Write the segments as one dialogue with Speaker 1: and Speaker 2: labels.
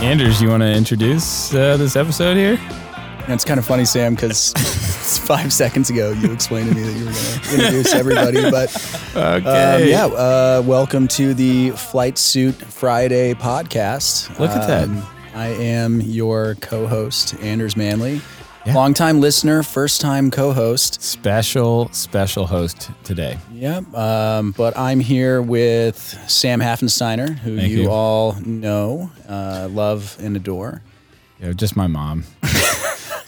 Speaker 1: Anders, you want to introduce uh, this episode here?
Speaker 2: And it's kind of funny, Sam, because five seconds ago you explained to me that you were going to introduce everybody. But um,
Speaker 1: Okay.
Speaker 2: yeah, uh, welcome to the Flight Suit Friday podcast. Um,
Speaker 1: Look at that.
Speaker 2: I am your co host, Anders Manley.
Speaker 1: Yeah.
Speaker 2: Longtime listener, first time co host.
Speaker 1: Special, special host today.
Speaker 2: Yep. Um, but I'm here with Sam Haffensteiner, who
Speaker 1: Thank
Speaker 2: you,
Speaker 1: you.
Speaker 2: all know, uh, love, and adore.
Speaker 1: You know, just my mom.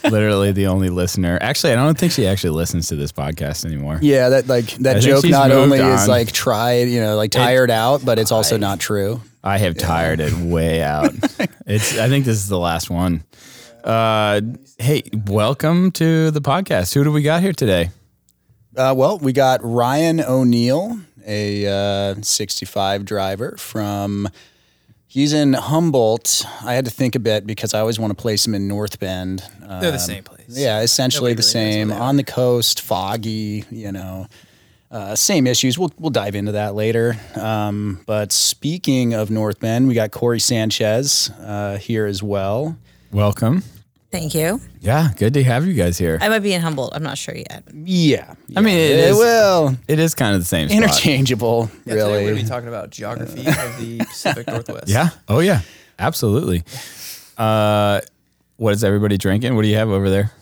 Speaker 1: Literally the only listener. Actually, I don't think she actually listens to this podcast anymore.
Speaker 2: Yeah, that like that
Speaker 1: I think
Speaker 2: joke
Speaker 1: she's
Speaker 2: not
Speaker 1: moved
Speaker 2: only is
Speaker 1: on.
Speaker 2: like tried, you know, like tired out, but it's also not true.
Speaker 1: I have tired it way out. it's. I think this is the last one. Uh, hey, welcome to the podcast. Who do we got here today?
Speaker 2: Uh, well, we got Ryan O'Neill, a uh, 65 driver from. He's in Humboldt. I had to think a bit because I always want to place him in North Bend. Uh,
Speaker 3: They're the same place.
Speaker 2: yeah, essentially
Speaker 3: Nobody
Speaker 2: the
Speaker 3: really knows where
Speaker 2: same
Speaker 3: they are.
Speaker 2: on the coast, foggy. You know, uh, same issues. We'll we'll dive into that later. Um, but speaking of North Bend, we got Corey Sanchez uh, here as well.
Speaker 1: Welcome.
Speaker 4: Thank you.
Speaker 1: Yeah, good to have you guys here.
Speaker 4: I might be in Humboldt. I'm not sure yet.
Speaker 2: Yeah,
Speaker 1: I mean, it is-
Speaker 2: well
Speaker 1: It is kind of the same. spot.
Speaker 2: interchangeable,
Speaker 3: Yeah, Today we're
Speaker 2: really.
Speaker 3: going to be talking about geography of the Pacific Northwest.
Speaker 1: Yeah. Oh yeah. Absolutely. Uh, what is everybody drinking? What do you have over there?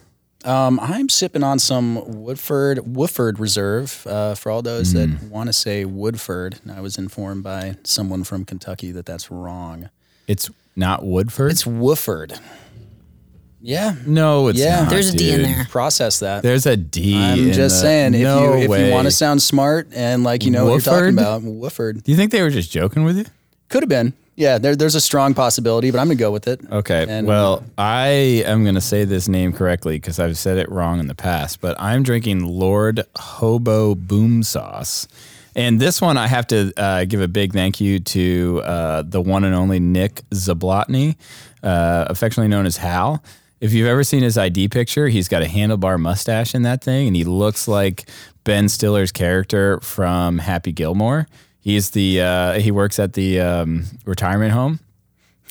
Speaker 2: Um, I'm sipping on some Woodford Woodford Reserve uh, for all those
Speaker 1: Mm.
Speaker 2: that want to say Woodford. And I was informed by someone from Kentucky that that's wrong.
Speaker 1: It's not Woodford.
Speaker 2: It's Woodford. Yeah,
Speaker 1: no, it's
Speaker 2: Yeah.
Speaker 1: not,
Speaker 4: There's a D in
Speaker 1: dude.
Speaker 4: there.
Speaker 2: process that.
Speaker 1: There's a D.
Speaker 2: I'm
Speaker 1: in
Speaker 2: just
Speaker 1: the-
Speaker 2: saying, if
Speaker 1: no
Speaker 2: you if
Speaker 1: way.
Speaker 2: you want to sound smart and like you know what you're
Speaker 1: Woodford?
Speaker 2: talking about, Woodford
Speaker 1: do you think they were just joking with you?
Speaker 2: could have been. Yeah, there, there's a strong possibility, but I'm gonna go with it.
Speaker 1: Okay.
Speaker 2: And-
Speaker 1: well, I am going to say this name correctly because I've said it wrong in the past, but I'm drinking Lord Hobo Boom Sauce. And this one, I have to uh, give a big thank you to uh, the one and only Nick Zablotny, uh, affectionately known as Hal. If you've ever seen his ID picture, he's got a handlebar mustache in that thing, and he looks like Ben Stiller's character from Happy Gilmore. He's the uh, he works at the um, retirement home.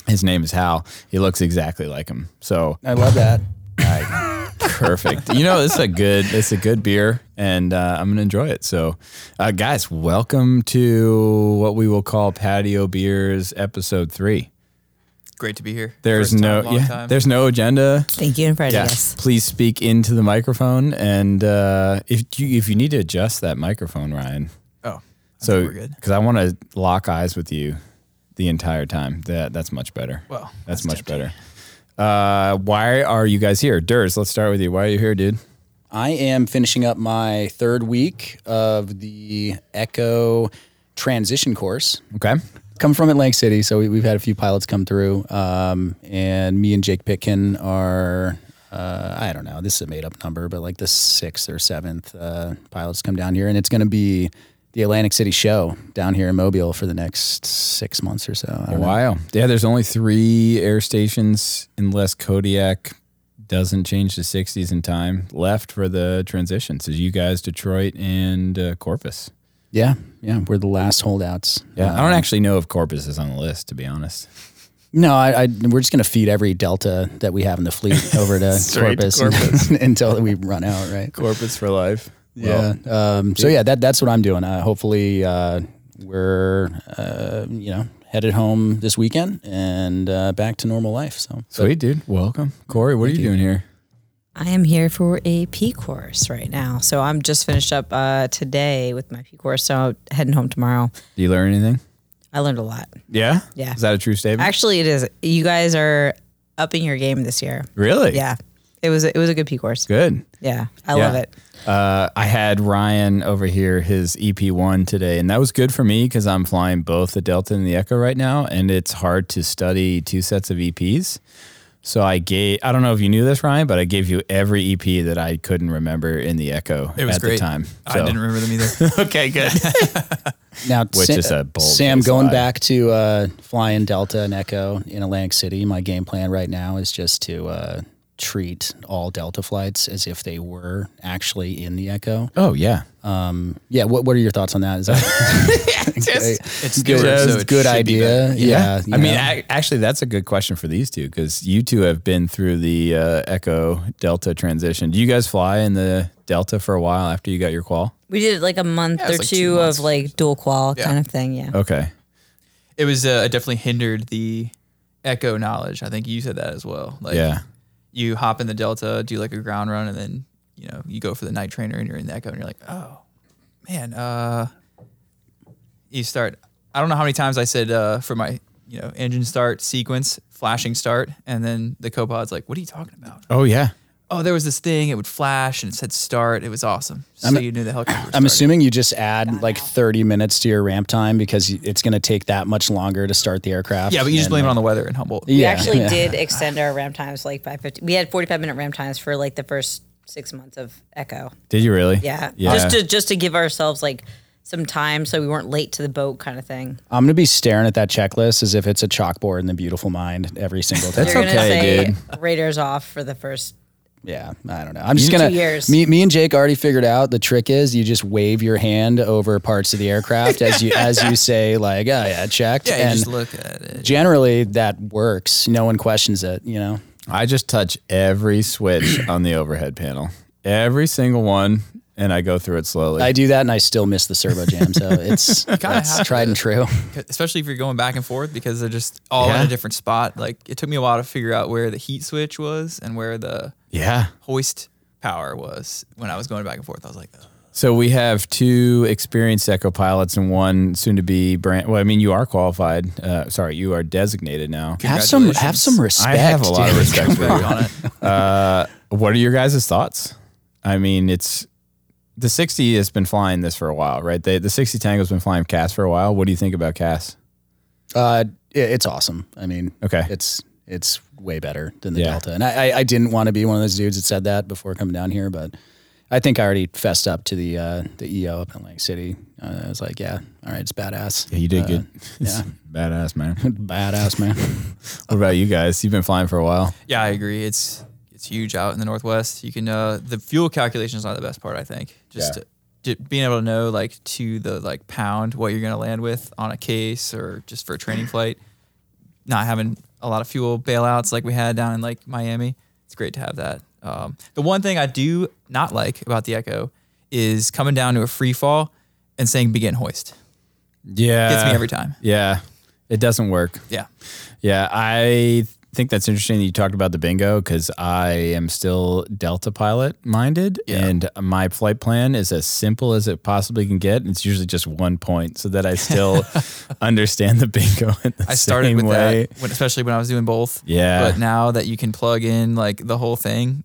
Speaker 1: His name is Hal. He looks exactly like him. So
Speaker 2: I love that.
Speaker 1: perfect. you know, this is a good it's a good beer, and uh, I'm gonna enjoy it. So, uh, guys, welcome to what we will call Patio Beers Episode Three.
Speaker 3: Great to be here.
Speaker 1: There's
Speaker 3: First
Speaker 1: no
Speaker 3: time, long
Speaker 1: yeah,
Speaker 3: time.
Speaker 1: there's no agenda.
Speaker 4: Thank you and Friday.
Speaker 1: Yes, please speak into the microphone, and uh, if you if you need to adjust that microphone, Ryan.
Speaker 3: oh,
Speaker 1: So,
Speaker 3: we're good.
Speaker 1: because I want to lock eyes with you the entire time. That that's much better.
Speaker 3: well,
Speaker 1: That's, much better. Uh, why are you guys here? Durs, let's start with you. Why are you here, dude?
Speaker 2: I am finishing up my third week of the Echo transition course.
Speaker 1: Okay.
Speaker 2: Come from Atlantic City, so we, we've had a few pilots come through, um, and me and Jake Pitkin are. Uh, I don't know. This is a made up number, but like the sixth or seventh uh, pilots come down here, and it's going to be the Atlantic City show down here in Mobile for the next six months or so. Uh, I don't know.
Speaker 1: Wow. Yeah, there's only three air stations unless Kodiak doesn't change to 60s in time left for the transition. So you guys, Detroit and uh, Corpus.
Speaker 2: Yeah, yeah, we're the last holdouts. Uh,
Speaker 1: Yeah. I don't actually know if Corpus is on the list, to be honest.
Speaker 2: No, I, I we're just gonna feed every Delta that we have in the fleet over to
Speaker 1: Straight to
Speaker 2: Corpus, until we run out, right?
Speaker 1: Corpus for life.
Speaker 2: Yeah. um, so yeah, that that's what I'm doing. Uh, hopefully, uh, we're uh, you know headed home this weekend and uh, back to normal life. So
Speaker 1: Sweet, dude. Welcome. Corey, what are you, doing here?
Speaker 4: I am here for a P course right now. So I'm just finished up uh, today with my P course. So heading home tomorrow.
Speaker 1: Do you learn anything?
Speaker 4: I learned a lot.
Speaker 1: Yeah.
Speaker 4: Yeah.
Speaker 1: Is that a true statement?
Speaker 4: Actually, it is. You guys are upping your game this year.
Speaker 1: really?
Speaker 4: Yeah. It was a, it was a good P course.
Speaker 1: Good.
Speaker 4: Yeah. I
Speaker 1: Yeah.
Speaker 4: love it.
Speaker 1: Uh, I had Ryan over here, his EP1 today, and that was good for me because I'm flying both the Delta and the Echo right now, and it's hard to study two sets of EPs. So I gave, I don't know if you knew this, Ryan, but I gave you every EP that I couldn't remember in the Echo
Speaker 3: It was
Speaker 1: at
Speaker 3: great.
Speaker 1: the time.
Speaker 3: I
Speaker 1: So-
Speaker 3: didn't remember them either.
Speaker 1: okay, good.
Speaker 2: now,
Speaker 1: Which is a bold
Speaker 2: Sam
Speaker 1: case
Speaker 2: going
Speaker 1: lie.
Speaker 2: back to uh, flying Delta and Echo in Atlantic City. My game plan right now is just to uh, treat all Delta flights as if they were actually in the Echo.
Speaker 1: Oh yeah.
Speaker 3: Uh,
Speaker 2: Yeah. What What are your thoughts on that? Is that
Speaker 3: It's good.
Speaker 2: Just
Speaker 3: so it
Speaker 2: good
Speaker 3: should be
Speaker 2: idea?
Speaker 3: good.
Speaker 2: Yeah. you
Speaker 1: I mean,
Speaker 2: know?
Speaker 1: ac actually, that's a good question for these two because you two have been through the uh, Echo Delta transition. Do you guys fly in the Delta for a while after you got your qual?
Speaker 4: We did like a month
Speaker 3: Yeah,
Speaker 4: or
Speaker 3: it's like two
Speaker 4: two
Speaker 3: months.
Speaker 4: of like dual qual
Speaker 3: Yeah.
Speaker 4: kind of thing. Yeah.
Speaker 1: Okay.
Speaker 3: It was uh, it definitely hindered the echo knowledge. I think you said that as well. Like
Speaker 1: yeah.
Speaker 3: you hop in the Delta, do like a ground run, and then you know you go for the night trainer, and you're in the Echo, and you're like, oh man, uh, you start. I don't know how many times I said uh, for my you know engine start sequence, flashing start, and then the copilot's like, what are you talking about?
Speaker 1: Oh yeah.
Speaker 3: Oh, there was this thing. It would flash and it said start. It was awesome. So you knew the helicopter. was
Speaker 2: I'm
Speaker 3: starting.
Speaker 2: assuming you just add like 30 minutes to your ramp time because y- it's going to take that much longer to start the aircraft.
Speaker 3: Yeah, but you just
Speaker 2: And,
Speaker 3: blame it
Speaker 2: uh,
Speaker 3: on the weather in Humboldt.
Speaker 4: We
Speaker 2: Yeah.
Speaker 4: actually did extend our ramp times like by 50. We had 45 minute ramp times for like the first six months of Echo.
Speaker 1: Did you really?
Speaker 4: Yeah.
Speaker 1: Yeah.
Speaker 4: Just to just to give ourselves like some time so we weren't late to the boat kind of thing.
Speaker 2: I'm going to be staring at that checklist as if it's a chalkboard in the beautiful mind every single time.
Speaker 1: That's
Speaker 4: You're gonna
Speaker 1: okay,
Speaker 4: say
Speaker 1: dude.
Speaker 4: Raiders off for the first
Speaker 2: yeah. I don't know. I'm just
Speaker 4: Two
Speaker 2: going
Speaker 4: years.
Speaker 2: to, me, me and Jake already figured out the trick is you just wave your hand over parts of the aircraft as you, as you say like, oh yeah, checked.
Speaker 3: Yeah, you
Speaker 2: and
Speaker 3: just look at it.
Speaker 2: generally that works. No one questions it, you know?
Speaker 1: I just touch every switch on the overhead panel, every single one, and I go through it slowly.
Speaker 2: I do that and I still miss the servo jam. So it's, it's
Speaker 3: have
Speaker 2: tried and true.
Speaker 3: especially if you're going back and forth because they're just all in
Speaker 1: Yeah.
Speaker 3: a different spot. Like it took me a while to figure out where the heat switch was and where the
Speaker 1: yeah.
Speaker 3: hoist power was when I was going back and forth. I was like, "Ugh."
Speaker 1: So we have two experienced Echo pilots and one soon to be brand. Well, I mean, you are qualified. Uh, sorry, you are designated now.
Speaker 2: Have some, have
Speaker 3: Congratulations.
Speaker 2: some respect.
Speaker 1: I have a lot of
Speaker 2: dude.
Speaker 1: respect for you. Uh,
Speaker 3: on it.
Speaker 1: What are your guys' thoughts? I mean, it's the 60 has been flying this for a while, right? They, the 60 Tango's been flying Cass for a while. What do you think about Cass?
Speaker 2: Uh, i- it's awesome. I mean,
Speaker 1: Okay.
Speaker 2: it's it's way better than the
Speaker 1: Yeah.
Speaker 2: Delta. And I, I, I didn't want to be one of those dudes that said that before coming down here, but I think I already fessed up to the uh, the EO up in Lake City. Uh, I was like, yeah, all right, it's badass.
Speaker 1: you did
Speaker 2: Uh,
Speaker 1: good.
Speaker 2: yeah.
Speaker 1: Badass, man.
Speaker 2: Badass man.
Speaker 1: What about you guys? You've been flying for a while.
Speaker 3: Yeah, I agree. It's it's huge out in the northwest. You can uh, the fuel calculation is not the best part. I think just
Speaker 1: Yeah.
Speaker 3: to, to being able to know like to the like pound what you're gonna land with on a case or just for a training flight. Not having a lot of fuel bailouts like we had down in like Miami. It's great to have that. Um, the one thing I do not like about the Echo is coming down to a free fall and saying begin hoist.
Speaker 1: Yeah.
Speaker 3: Gets me every time.
Speaker 1: Yeah. It doesn't work.
Speaker 3: Yeah.
Speaker 1: Yeah, I think that's interesting that you talked about the bingo because I am still Delta pilot minded,
Speaker 3: Yeah.
Speaker 1: and my flight plan is as simple as it possibly can get. And it's usually just one point, so that I still understand the bingo. In the
Speaker 3: I started
Speaker 1: same
Speaker 3: with
Speaker 1: way.
Speaker 3: that, when, especially when I was doing both.
Speaker 1: Yeah.
Speaker 3: But now that you can plug in like the whole thing,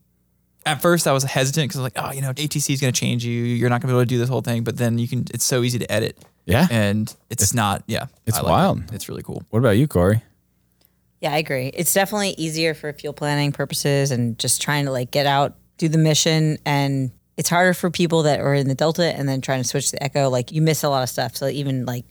Speaker 3: at first I was hesitant because I was like, oh, you know, ATC is going to change you. You're not going to be able to do this whole thing. But then you can. It's so easy to edit,
Speaker 1: Yeah.
Speaker 3: and it's, not. Yeah,
Speaker 1: it's
Speaker 3: I like it.
Speaker 1: wild.
Speaker 3: It's really cool.
Speaker 1: what about you, Corey?
Speaker 4: Yeah, I agree. It's definitely easier for fuel planning purposes and just trying to like get out, do the mission and it's harder for people that are in the Delta and then trying to switch to Echo. Like you miss a lot of stuff. So even like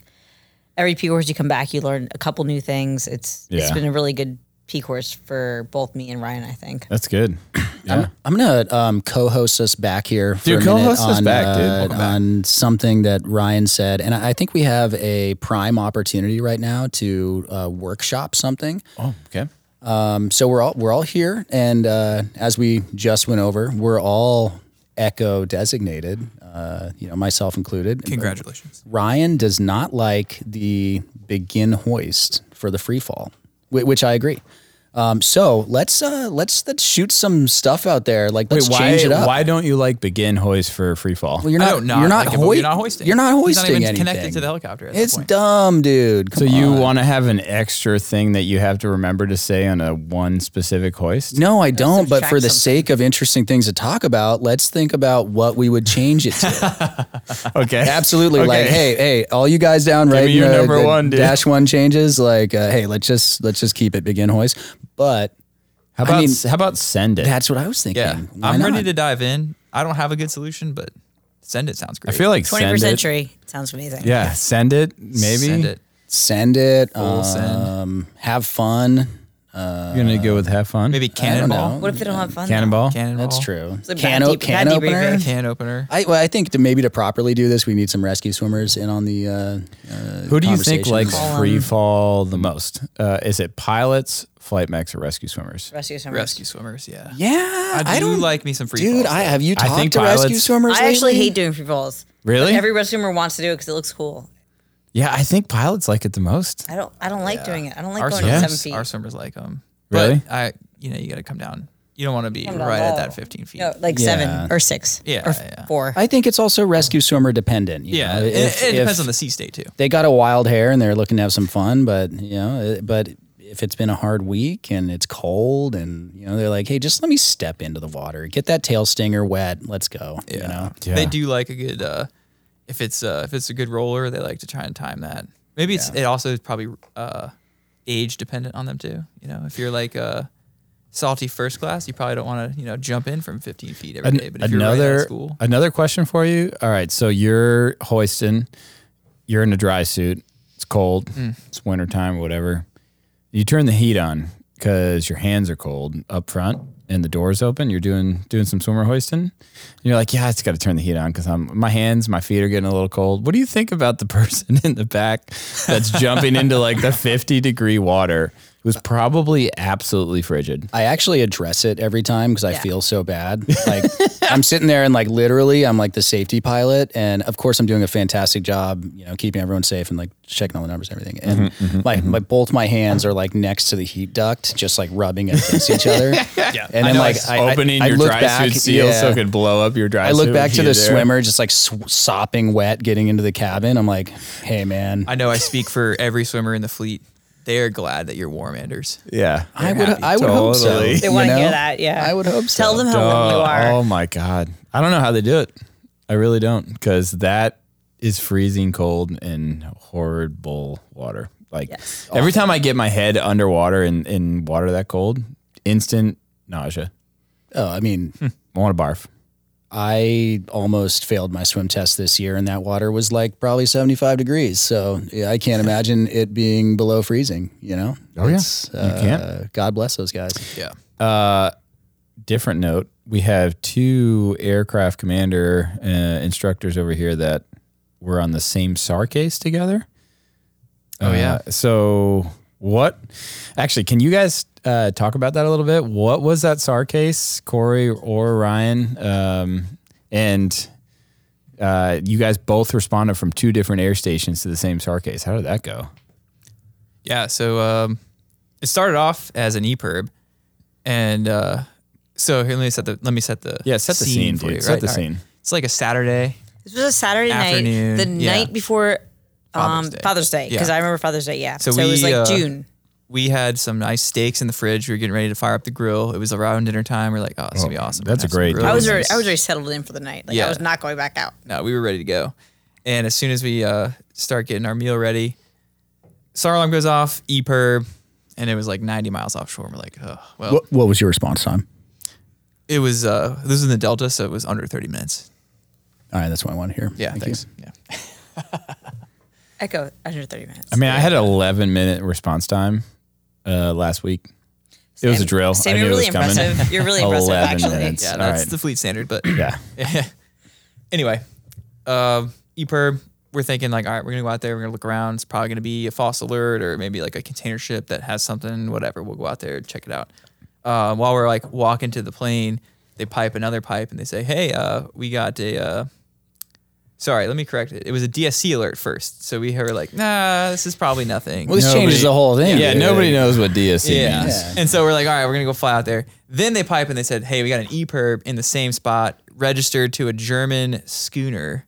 Speaker 4: every P course you come back, you learn a couple new things. It's it's
Speaker 1: Yeah.
Speaker 4: been a really good P course for both me and Ryan, I think.
Speaker 1: That's good. Yeah.
Speaker 2: I'm gonna um, co-host us back here for
Speaker 1: Dude,
Speaker 2: a minute
Speaker 1: co-host us
Speaker 2: on,
Speaker 1: back, dude.
Speaker 2: uh,
Speaker 1: Welcome back.
Speaker 2: on something that Ryan said, and I I think we have a prime opportunity right now to uh, workshop something.
Speaker 1: Oh, okay.
Speaker 2: Um, so we're all we're all here, and uh, as we just went over, we're all Echo designated. Uh, you know, myself included.
Speaker 3: Congratulations.
Speaker 2: Ryan does not like the begin hoist for the free fall, whi- which I agree. Um, so let's uh, let's let's shoot some stuff out there. Like let's
Speaker 1: why
Speaker 2: change it up.
Speaker 1: why don't you like begin hoist for free fall?
Speaker 2: Well, you're not.
Speaker 3: I don't know.
Speaker 2: You're
Speaker 3: I
Speaker 2: not,
Speaker 3: like it, but
Speaker 2: hoi-
Speaker 3: you're not hoisting.
Speaker 2: You're not
Speaker 3: He's
Speaker 2: hoisting
Speaker 3: not even
Speaker 2: anything.
Speaker 3: connected to the helicopter. At
Speaker 2: It's
Speaker 3: that point.
Speaker 2: dumb, dude. Come
Speaker 1: so you
Speaker 2: on.
Speaker 1: want to have an extra thing that you have to remember to say on a one specific hoist?
Speaker 2: No, I don't. But for
Speaker 4: subtract
Speaker 2: the
Speaker 4: something.
Speaker 2: sake of interesting things to talk about, let's think about what we would change it to.
Speaker 1: Okay.
Speaker 2: Absolutely. Like,
Speaker 1: Okay.
Speaker 2: hey, hey, all you guys down right
Speaker 1: me your number one, dude.
Speaker 2: dash one changes. Like, uh, hey, let's just let's just keep it begin hoist. But
Speaker 1: How about
Speaker 2: I mean,
Speaker 1: how about send it?
Speaker 2: that's what I was thinking.
Speaker 3: Yeah,
Speaker 2: Why
Speaker 3: I'm
Speaker 2: not?
Speaker 3: ready to dive in. I don't have a good solution, but send it sounds
Speaker 1: I
Speaker 3: great.
Speaker 1: feel like
Speaker 4: Twenty first
Speaker 1: send it.
Speaker 4: century. Sounds amazing.
Speaker 1: Yeah, send it. Maybe
Speaker 3: send it.
Speaker 2: send it.
Speaker 3: Full send.
Speaker 2: um, Have fun.
Speaker 1: You're gonna go with have fun.
Speaker 3: Maybe cannonball.
Speaker 4: What if they don't have fun? though?
Speaker 1: cannonball.
Speaker 3: Cannonball.
Speaker 2: That's true.
Speaker 4: a bad
Speaker 2: Can, o-
Speaker 4: deep-
Speaker 2: can
Speaker 4: bad
Speaker 2: opener.
Speaker 4: debriefing.
Speaker 3: Can opener.
Speaker 2: I, well, I think to maybe to properly do this, we need some rescue swimmers in on the. Uh, uh,
Speaker 1: Who do you think
Speaker 2: conversation.
Speaker 1: likes
Speaker 4: Call 'em.
Speaker 1: free fall the most? Uh, is it pilots, flight mechs, or rescue swimmers?
Speaker 4: Rescue swimmers.
Speaker 3: Rescue swimmers. Yeah.
Speaker 2: Yeah,
Speaker 3: I do
Speaker 2: don't
Speaker 3: like me some free
Speaker 2: Dude,
Speaker 3: fall
Speaker 2: I have you
Speaker 1: I
Speaker 2: talked
Speaker 1: think
Speaker 2: to rescue
Speaker 1: pilots-
Speaker 2: swimmers.
Speaker 4: I actually
Speaker 2: lately?
Speaker 4: hate doing free falls.
Speaker 1: Really?
Speaker 4: But every rescue swimmer wants to do it because it looks cool.
Speaker 1: Yeah, I think pilots like it the most.
Speaker 4: I don't. I don't like doing it. I don't like
Speaker 3: our
Speaker 4: going
Speaker 1: swimmers-
Speaker 4: to seven feet.
Speaker 3: Our swimmers like them.
Speaker 1: Really?
Speaker 3: But I, you know, you got to come down. You don't want to be
Speaker 4: down
Speaker 3: right at
Speaker 4: low.
Speaker 3: that 15 feet.
Speaker 4: no, like
Speaker 2: Yeah.
Speaker 4: seven or six.
Speaker 3: Yeah,
Speaker 4: Or
Speaker 3: yeah.
Speaker 4: four.
Speaker 2: I think it's also rescue swimmer dependent. you
Speaker 3: yeah.
Speaker 1: Uh,
Speaker 2: know,
Speaker 3: it,
Speaker 2: if-
Speaker 3: it depends
Speaker 2: if
Speaker 3: on the sea state too.
Speaker 2: They got a wild hair and they're looking to have some fun, but you know, it- but if it's been a hard week and it's cold and you know they're like, hey, just let me step into the water, get that tail stinger wet, let's go. Yeah. You know,
Speaker 1: Yeah.
Speaker 3: They do like a good uh, if it's uh, if it's a good roller, they like to try and time that. Maybe it's it also is probably uh, age dependent on them too. You know, if you're like uh, salty first class, you probably don't want to you know jump in from 15 feet every
Speaker 1: An-
Speaker 3: day. But if you're right out
Speaker 1: another
Speaker 3: of school,
Speaker 1: another question for you. All right, so you're hoisting, you're in a dry suit. It's cold.
Speaker 3: Hmm.
Speaker 1: It's wintertime, whatever. You turn the heat on because your hands are cold up front, and the door's open. You're doing doing some swimmer hoisting. And you're like, yeah, I just got to turn the heat on because I'm my hands, my feet are getting a little cold. What do you think about the person in the back that's jumping into like the 50 degree water? Who's probably absolutely frigid.
Speaker 2: I actually address it every time because I
Speaker 4: Yeah.
Speaker 2: feel so bad. Like I'm sitting there and like literally I'm like the safety pilot, and of course I'm doing a fantastic job, you know, keeping everyone safe and like checking all the numbers and everything. And
Speaker 1: Mm-hmm,
Speaker 2: like my both my hands are like next to the heat duct, just like rubbing against each other. Yeah, and
Speaker 3: I
Speaker 2: then
Speaker 3: know,
Speaker 2: like
Speaker 3: it's
Speaker 2: I, I-
Speaker 1: opening
Speaker 2: I
Speaker 1: your
Speaker 2: look
Speaker 1: dry
Speaker 2: back,
Speaker 1: suit seal so
Speaker 2: yeah.
Speaker 1: it could blow up your dry
Speaker 2: I
Speaker 1: suit.
Speaker 2: look
Speaker 1: with
Speaker 2: back to
Speaker 1: you
Speaker 2: the
Speaker 1: there.
Speaker 2: swimmer, just like sw- sopping wet, getting into the cabin. I'm like, hey man,
Speaker 3: I know I speak for every swimmer in the fleet. They are glad that you're warm enders.
Speaker 1: Yeah.
Speaker 2: I would, I would hope so.
Speaker 1: Totally. They
Speaker 4: They
Speaker 2: you
Speaker 4: want to
Speaker 2: know?
Speaker 4: hear that. Yeah.
Speaker 2: I would hope so.
Speaker 4: Tell them how warm you
Speaker 1: Oh,
Speaker 4: are.
Speaker 1: oh my God. I don't know how they do it. I really don't because that is freezing cold and horrible water. Like
Speaker 4: Yes.
Speaker 1: every time I get my head underwater in, in water that cold, instant nausea.
Speaker 2: Oh, I mean,
Speaker 1: I want to barf.
Speaker 2: I almost failed my swim test this year, and that water was like probably 75 degrees. So yeah, I can't imagine it being below freezing, you know?
Speaker 1: Oh, yeah. You
Speaker 2: Uh,
Speaker 1: can't.
Speaker 2: God bless those guys.
Speaker 3: Yeah.
Speaker 1: different note, we have two aircraft commander uh, instructors over here that were on the same SAR case together. Oh
Speaker 3: yeah.
Speaker 1: So what? Actually, can you guys uh, talk about that a little bit? What was that SAR case, Corey or Ryan? Um, and uh, you guys both responded from two different air stations to the same SAR case. How did that go?
Speaker 3: Yeah, so um, it started off as an EPIRB, and uh, so here let me set the let me set the
Speaker 1: Yeah, set the scene,
Speaker 3: for
Speaker 1: dude.
Speaker 3: you,
Speaker 1: Set the
Speaker 3: All
Speaker 1: scene.
Speaker 3: It's like a Saturday.
Speaker 4: This was a Saturday
Speaker 3: Afternoon,
Speaker 4: night, the
Speaker 3: yeah.
Speaker 4: night before um,
Speaker 3: Father's Day.
Speaker 4: Father's Day, because
Speaker 3: Yeah.
Speaker 4: I remember Father's Day. Yeah.
Speaker 3: So
Speaker 4: So, it was
Speaker 3: we,
Speaker 4: like
Speaker 3: uh,
Speaker 4: June.
Speaker 3: We had some nice steaks in the fridge. We were getting ready to fire up the grill. It was around dinner time. We are like, oh, this is gonna be awesome.
Speaker 1: that's
Speaker 3: Have
Speaker 1: a
Speaker 3: some
Speaker 1: great
Speaker 3: grilled
Speaker 1: time.
Speaker 4: I was
Speaker 3: cheese.
Speaker 4: already, I was already settled in for the night. Like
Speaker 3: Yeah.
Speaker 4: I was not going back out.
Speaker 3: no, we were ready to go. And as soon as we uh, start getting our meal ready, SAR alarm goes off, EPIRB, and it was like 90 miles offshore. And we're like, oh, well,
Speaker 2: What, what was your response time?
Speaker 3: it was uh, this was in the Delta, so it was under 30 minutes.
Speaker 2: All right, that's what I want to hear.
Speaker 3: Yeah,
Speaker 2: Thank you.
Speaker 3: thanks. Yeah.
Speaker 4: Echo under 30 minutes.
Speaker 1: I mean, I had an 11 minute response time uh, last week. It was a
Speaker 4: Sam-
Speaker 1: drill.
Speaker 4: Sam,
Speaker 1: I knew
Speaker 4: you're
Speaker 1: it
Speaker 4: really
Speaker 1: was coming.
Speaker 4: impressive. You're really impressive,
Speaker 1: 11
Speaker 4: actually.
Speaker 1: minutes.
Speaker 3: Yeah,
Speaker 1: All
Speaker 3: that's
Speaker 1: right.
Speaker 3: the fleet standard, but
Speaker 1: Yeah.
Speaker 3: anyway, uh, EPIRB, we're thinking like, all right, we're gonna go out there, we're gonna look around. It's probably gonna be a false alert or maybe like a container ship that has something, whatever. We'll go out there, check it out. Uh, while we're like walking to the plane, they pipe another pipe and they say, hey, uh, we got a. Uh, Sorry, let me correct it. It was a DSC alert first. So we were like, nah, this is probably nothing.
Speaker 2: Well, this changes the whole thing.
Speaker 1: Yeah,
Speaker 2: dude.
Speaker 1: nobody knows what DSC
Speaker 3: Yeah.
Speaker 1: means.
Speaker 2: Yeah.
Speaker 3: And so we're like, all right, we're gonna go fly out there. Then they pipe and they said, hey, we got an E perb in the same spot, registered to a German schooner.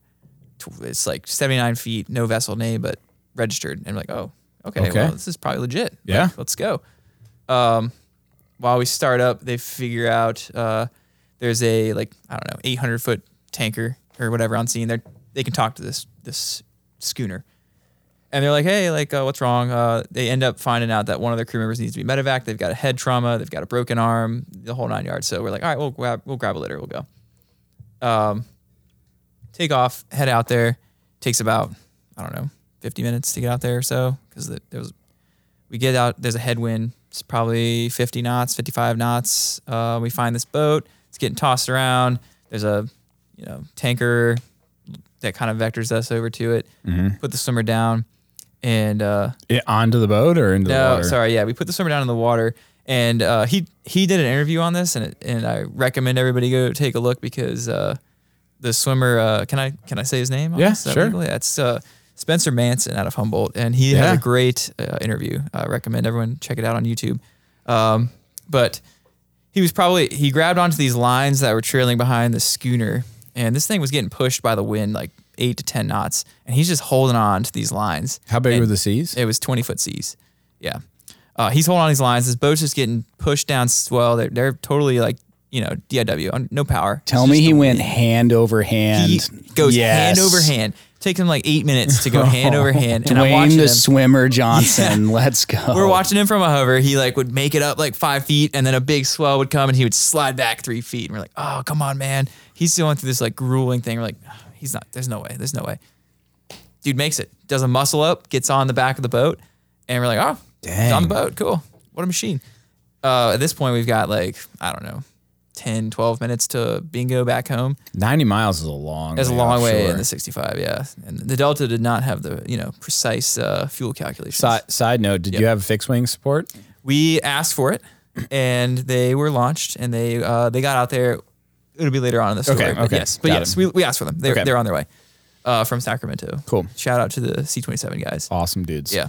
Speaker 3: Tw- It's like 79 feet, no vessel name, but registered. And we're like, oh, okay,
Speaker 1: Okay.
Speaker 3: well, this is probably legit. Like,
Speaker 1: Yeah.
Speaker 3: let's go. Um, while we start up, they figure out uh, there's a like I don't know 800 foot tanker or whatever on scene. They they can talk to this this schooner and they're like, hey, like, uh, what's wrong? Uh, they end up finding out that one of their crew members needs to be medevac. They've got a head trauma. They've got a broken arm, the whole nine yards. So we're like, all right, we'll grab, we'll grab a litter. We'll go. Um, take off, head out there. Takes about, I don't know, 50 minutes to get out there or so because there was We get out. There's a headwind. It's probably 50 knots, 55 knots. Uh, we find this boat. It's getting tossed around. There's a you know tanker that kind of vectors us over to it. Put the swimmer down, and uh,
Speaker 1: It, onto the boat or into the
Speaker 3: no,
Speaker 1: water?
Speaker 3: sorry, yeah, we put the swimmer down in the water, and uh, he he did an interview on this, and it, and I recommend everybody go take a look because uh, the swimmer uh, can I can I say his name?
Speaker 1: Yeah,
Speaker 3: Is that
Speaker 1: sure.
Speaker 3: legal? Yeah, it's uh, Spencer Manson out of Humboldt, and he had
Speaker 1: Yeah.
Speaker 3: a great uh, interview. I recommend everyone check it out on YouTube. Um, but he was probably he grabbed onto these lines that were trailing behind the schooner and this thing was getting pushed by the wind like eight to ten knots and he's just holding on to these lines
Speaker 1: How big
Speaker 3: And
Speaker 1: were the seas?
Speaker 3: it was 20 foot seas yeah uh, he's holding on these lines this boat's just getting pushed down swell they're, they're totally like you know diw on no power
Speaker 2: Tell
Speaker 3: It's
Speaker 2: me
Speaker 3: just
Speaker 2: he
Speaker 3: the
Speaker 2: went hand over hand.
Speaker 3: he goes
Speaker 2: Yes.
Speaker 3: hand over hand takes him like eight minutes to go hand over hand and i'm
Speaker 2: Dwayne
Speaker 3: watching
Speaker 2: the
Speaker 3: him
Speaker 2: swimmer Johnson. Let's go.
Speaker 3: we were watching him from a hover. He like would make it up like five feet, and then a big swell would come, and he would slide back three feet. And we're like, "Oh, come on, man!" He's going through this like grueling thing. We're like, "Ah, "He's not. There's no way. There's no way." Dude makes it. Does a muscle up. Gets on the back of the boat, and we're like, "Oh, he's on the boat. Cool. What a machine." Uh, at this point, we've got like I don't know, 10, 12 minutes to bingo back home.
Speaker 1: 90 miles is a long
Speaker 3: That's a
Speaker 1: way
Speaker 3: long way
Speaker 1: offshore.
Speaker 3: in the 65, yeah. And the Delta did not have the you know precise uh, fuel calculations.
Speaker 1: Si- side note, did you have fixed wing support?
Speaker 3: we asked for it and they were launched and they uh, they got out there it'll be later on in the story
Speaker 1: Okay,
Speaker 3: but
Speaker 1: okay,
Speaker 3: yes but
Speaker 1: got
Speaker 3: yes
Speaker 1: it.
Speaker 3: we, we asked for them they're,
Speaker 1: Okay.
Speaker 3: they're on their way uh, from sacramento
Speaker 1: Cool.
Speaker 3: shout out to the c27 guys
Speaker 1: Awesome dudes.
Speaker 3: yeah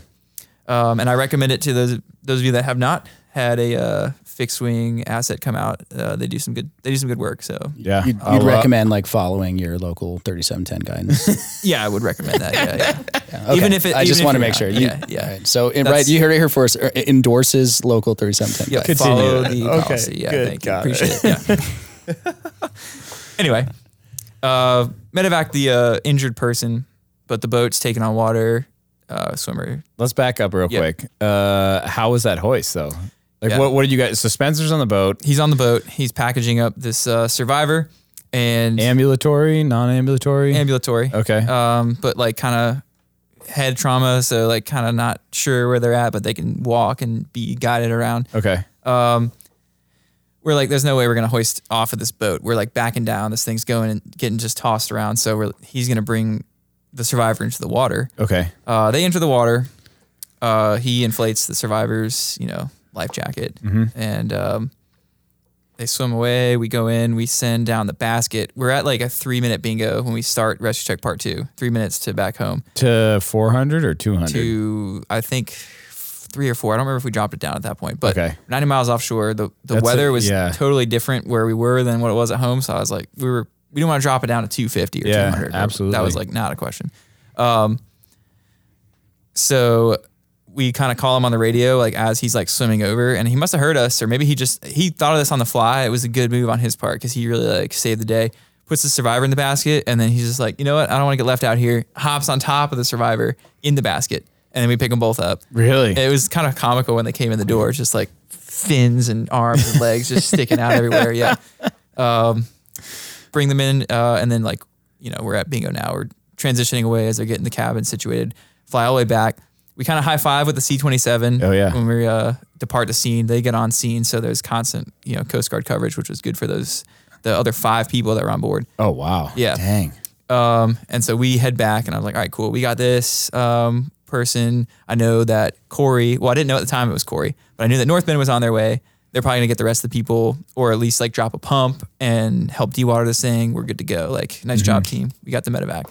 Speaker 3: um, and i recommend it to those those of you that have not had a uh, fixed wing asset come out uh, they do some good they do some good work so
Speaker 1: Yeah.
Speaker 2: You'd,
Speaker 1: I'll,
Speaker 2: you'd
Speaker 1: uh,
Speaker 2: recommend like following your local 3710 guidance.
Speaker 3: yeah i would recommend that yeah, yeah.
Speaker 2: Okay.
Speaker 3: Even if it-
Speaker 2: I
Speaker 3: even
Speaker 2: just
Speaker 3: if
Speaker 2: want to
Speaker 3: you're
Speaker 2: make
Speaker 3: not-
Speaker 2: sure. You-
Speaker 3: yeah, yeah.
Speaker 2: all right. So, and
Speaker 3: That's-
Speaker 2: right, you heard it here first. Er, Endorses local 3710.
Speaker 3: Yeah,
Speaker 2: guidance.
Speaker 3: follow
Speaker 1: Continue.
Speaker 3: the
Speaker 1: Okay,
Speaker 3: policy. Yeah,
Speaker 1: good,
Speaker 3: thank you.
Speaker 1: got
Speaker 3: Appreciate it. Yeah. anyway, uh, medevac the uh, injured person, but the boat's taken on water. Uh, swimmer.
Speaker 1: Let's back up real
Speaker 3: Yeah.
Speaker 1: quick. Uh, how was that hoist though? Like
Speaker 3: Yeah.
Speaker 1: what, what did you guys? So Spencer's on the boat,
Speaker 3: He's on the boat. He's packaging up this uh, survivor and
Speaker 1: ambulatory, non-ambulatory.
Speaker 3: ambulatory.
Speaker 1: okay.
Speaker 3: Um, but like kind of head trauma, so like kind of not sure where they're at, but they can walk and be guided around.
Speaker 1: okay.
Speaker 3: we're like, there's no way we're gonna hoist off of this boat. We're like backing down. This thing's going and getting just tossed around. So we're, he's gonna bring the survivor into the water.
Speaker 1: Okay.
Speaker 3: Uh, they enter the water. Uh, he inflates the survivor's, you know, life jacket, and um, they swim away. We go in. We send down the basket. We're at like a three minute bingo when we start rescue check part two. Three minutes to back home
Speaker 1: To 400 or 200?
Speaker 3: to I think three or four. I don't remember if we dropped it down at that point, but
Speaker 1: Okay.
Speaker 3: 90 miles offshore, the, the
Speaker 1: That's
Speaker 3: weather
Speaker 1: it,
Speaker 3: was
Speaker 1: yeah.
Speaker 3: totally different where we were than what it was at home. So I was like, we were we didn't want to drop it down to 250 or
Speaker 1: Yeah,
Speaker 3: 200.
Speaker 1: absolutely.
Speaker 3: That was like not a question. Um, so we kind of call him on the radio like as he's like swimming over and he must have heard us or maybe he just he thought of this on the fly it was a good move on his part because he really like saved the day puts the survivor in the basket and then he's just like you know what i don't want to get left out here hops on top of the survivor in the basket and then we pick them both up
Speaker 1: Really?
Speaker 3: it was kind of comical when they came in the door just like fins and arms and legs just sticking out everywhere yeah um, bring them in uh, and then like you know we're at bingo now we're transitioning away as they're getting the cabin situated fly all the way back we kind of high five with the c-27
Speaker 1: Oh, yeah.
Speaker 3: when we uh, depart the scene they get on scene so there's constant you know coast guard coverage which was good for those the other five people that were on board
Speaker 1: oh, wow.
Speaker 3: Yeah.
Speaker 1: Dang.
Speaker 3: um, and so we head back, and I was like, all right, cool, we got this um, person. I know that Corey, well, I didn't know at the time it was Corey, but I knew that North Bend was on their way. They're probably gonna get the rest of the people, or at least like drop a pump and help dewater this thing. We're good to go. Like, nice job, team. We got the medevac.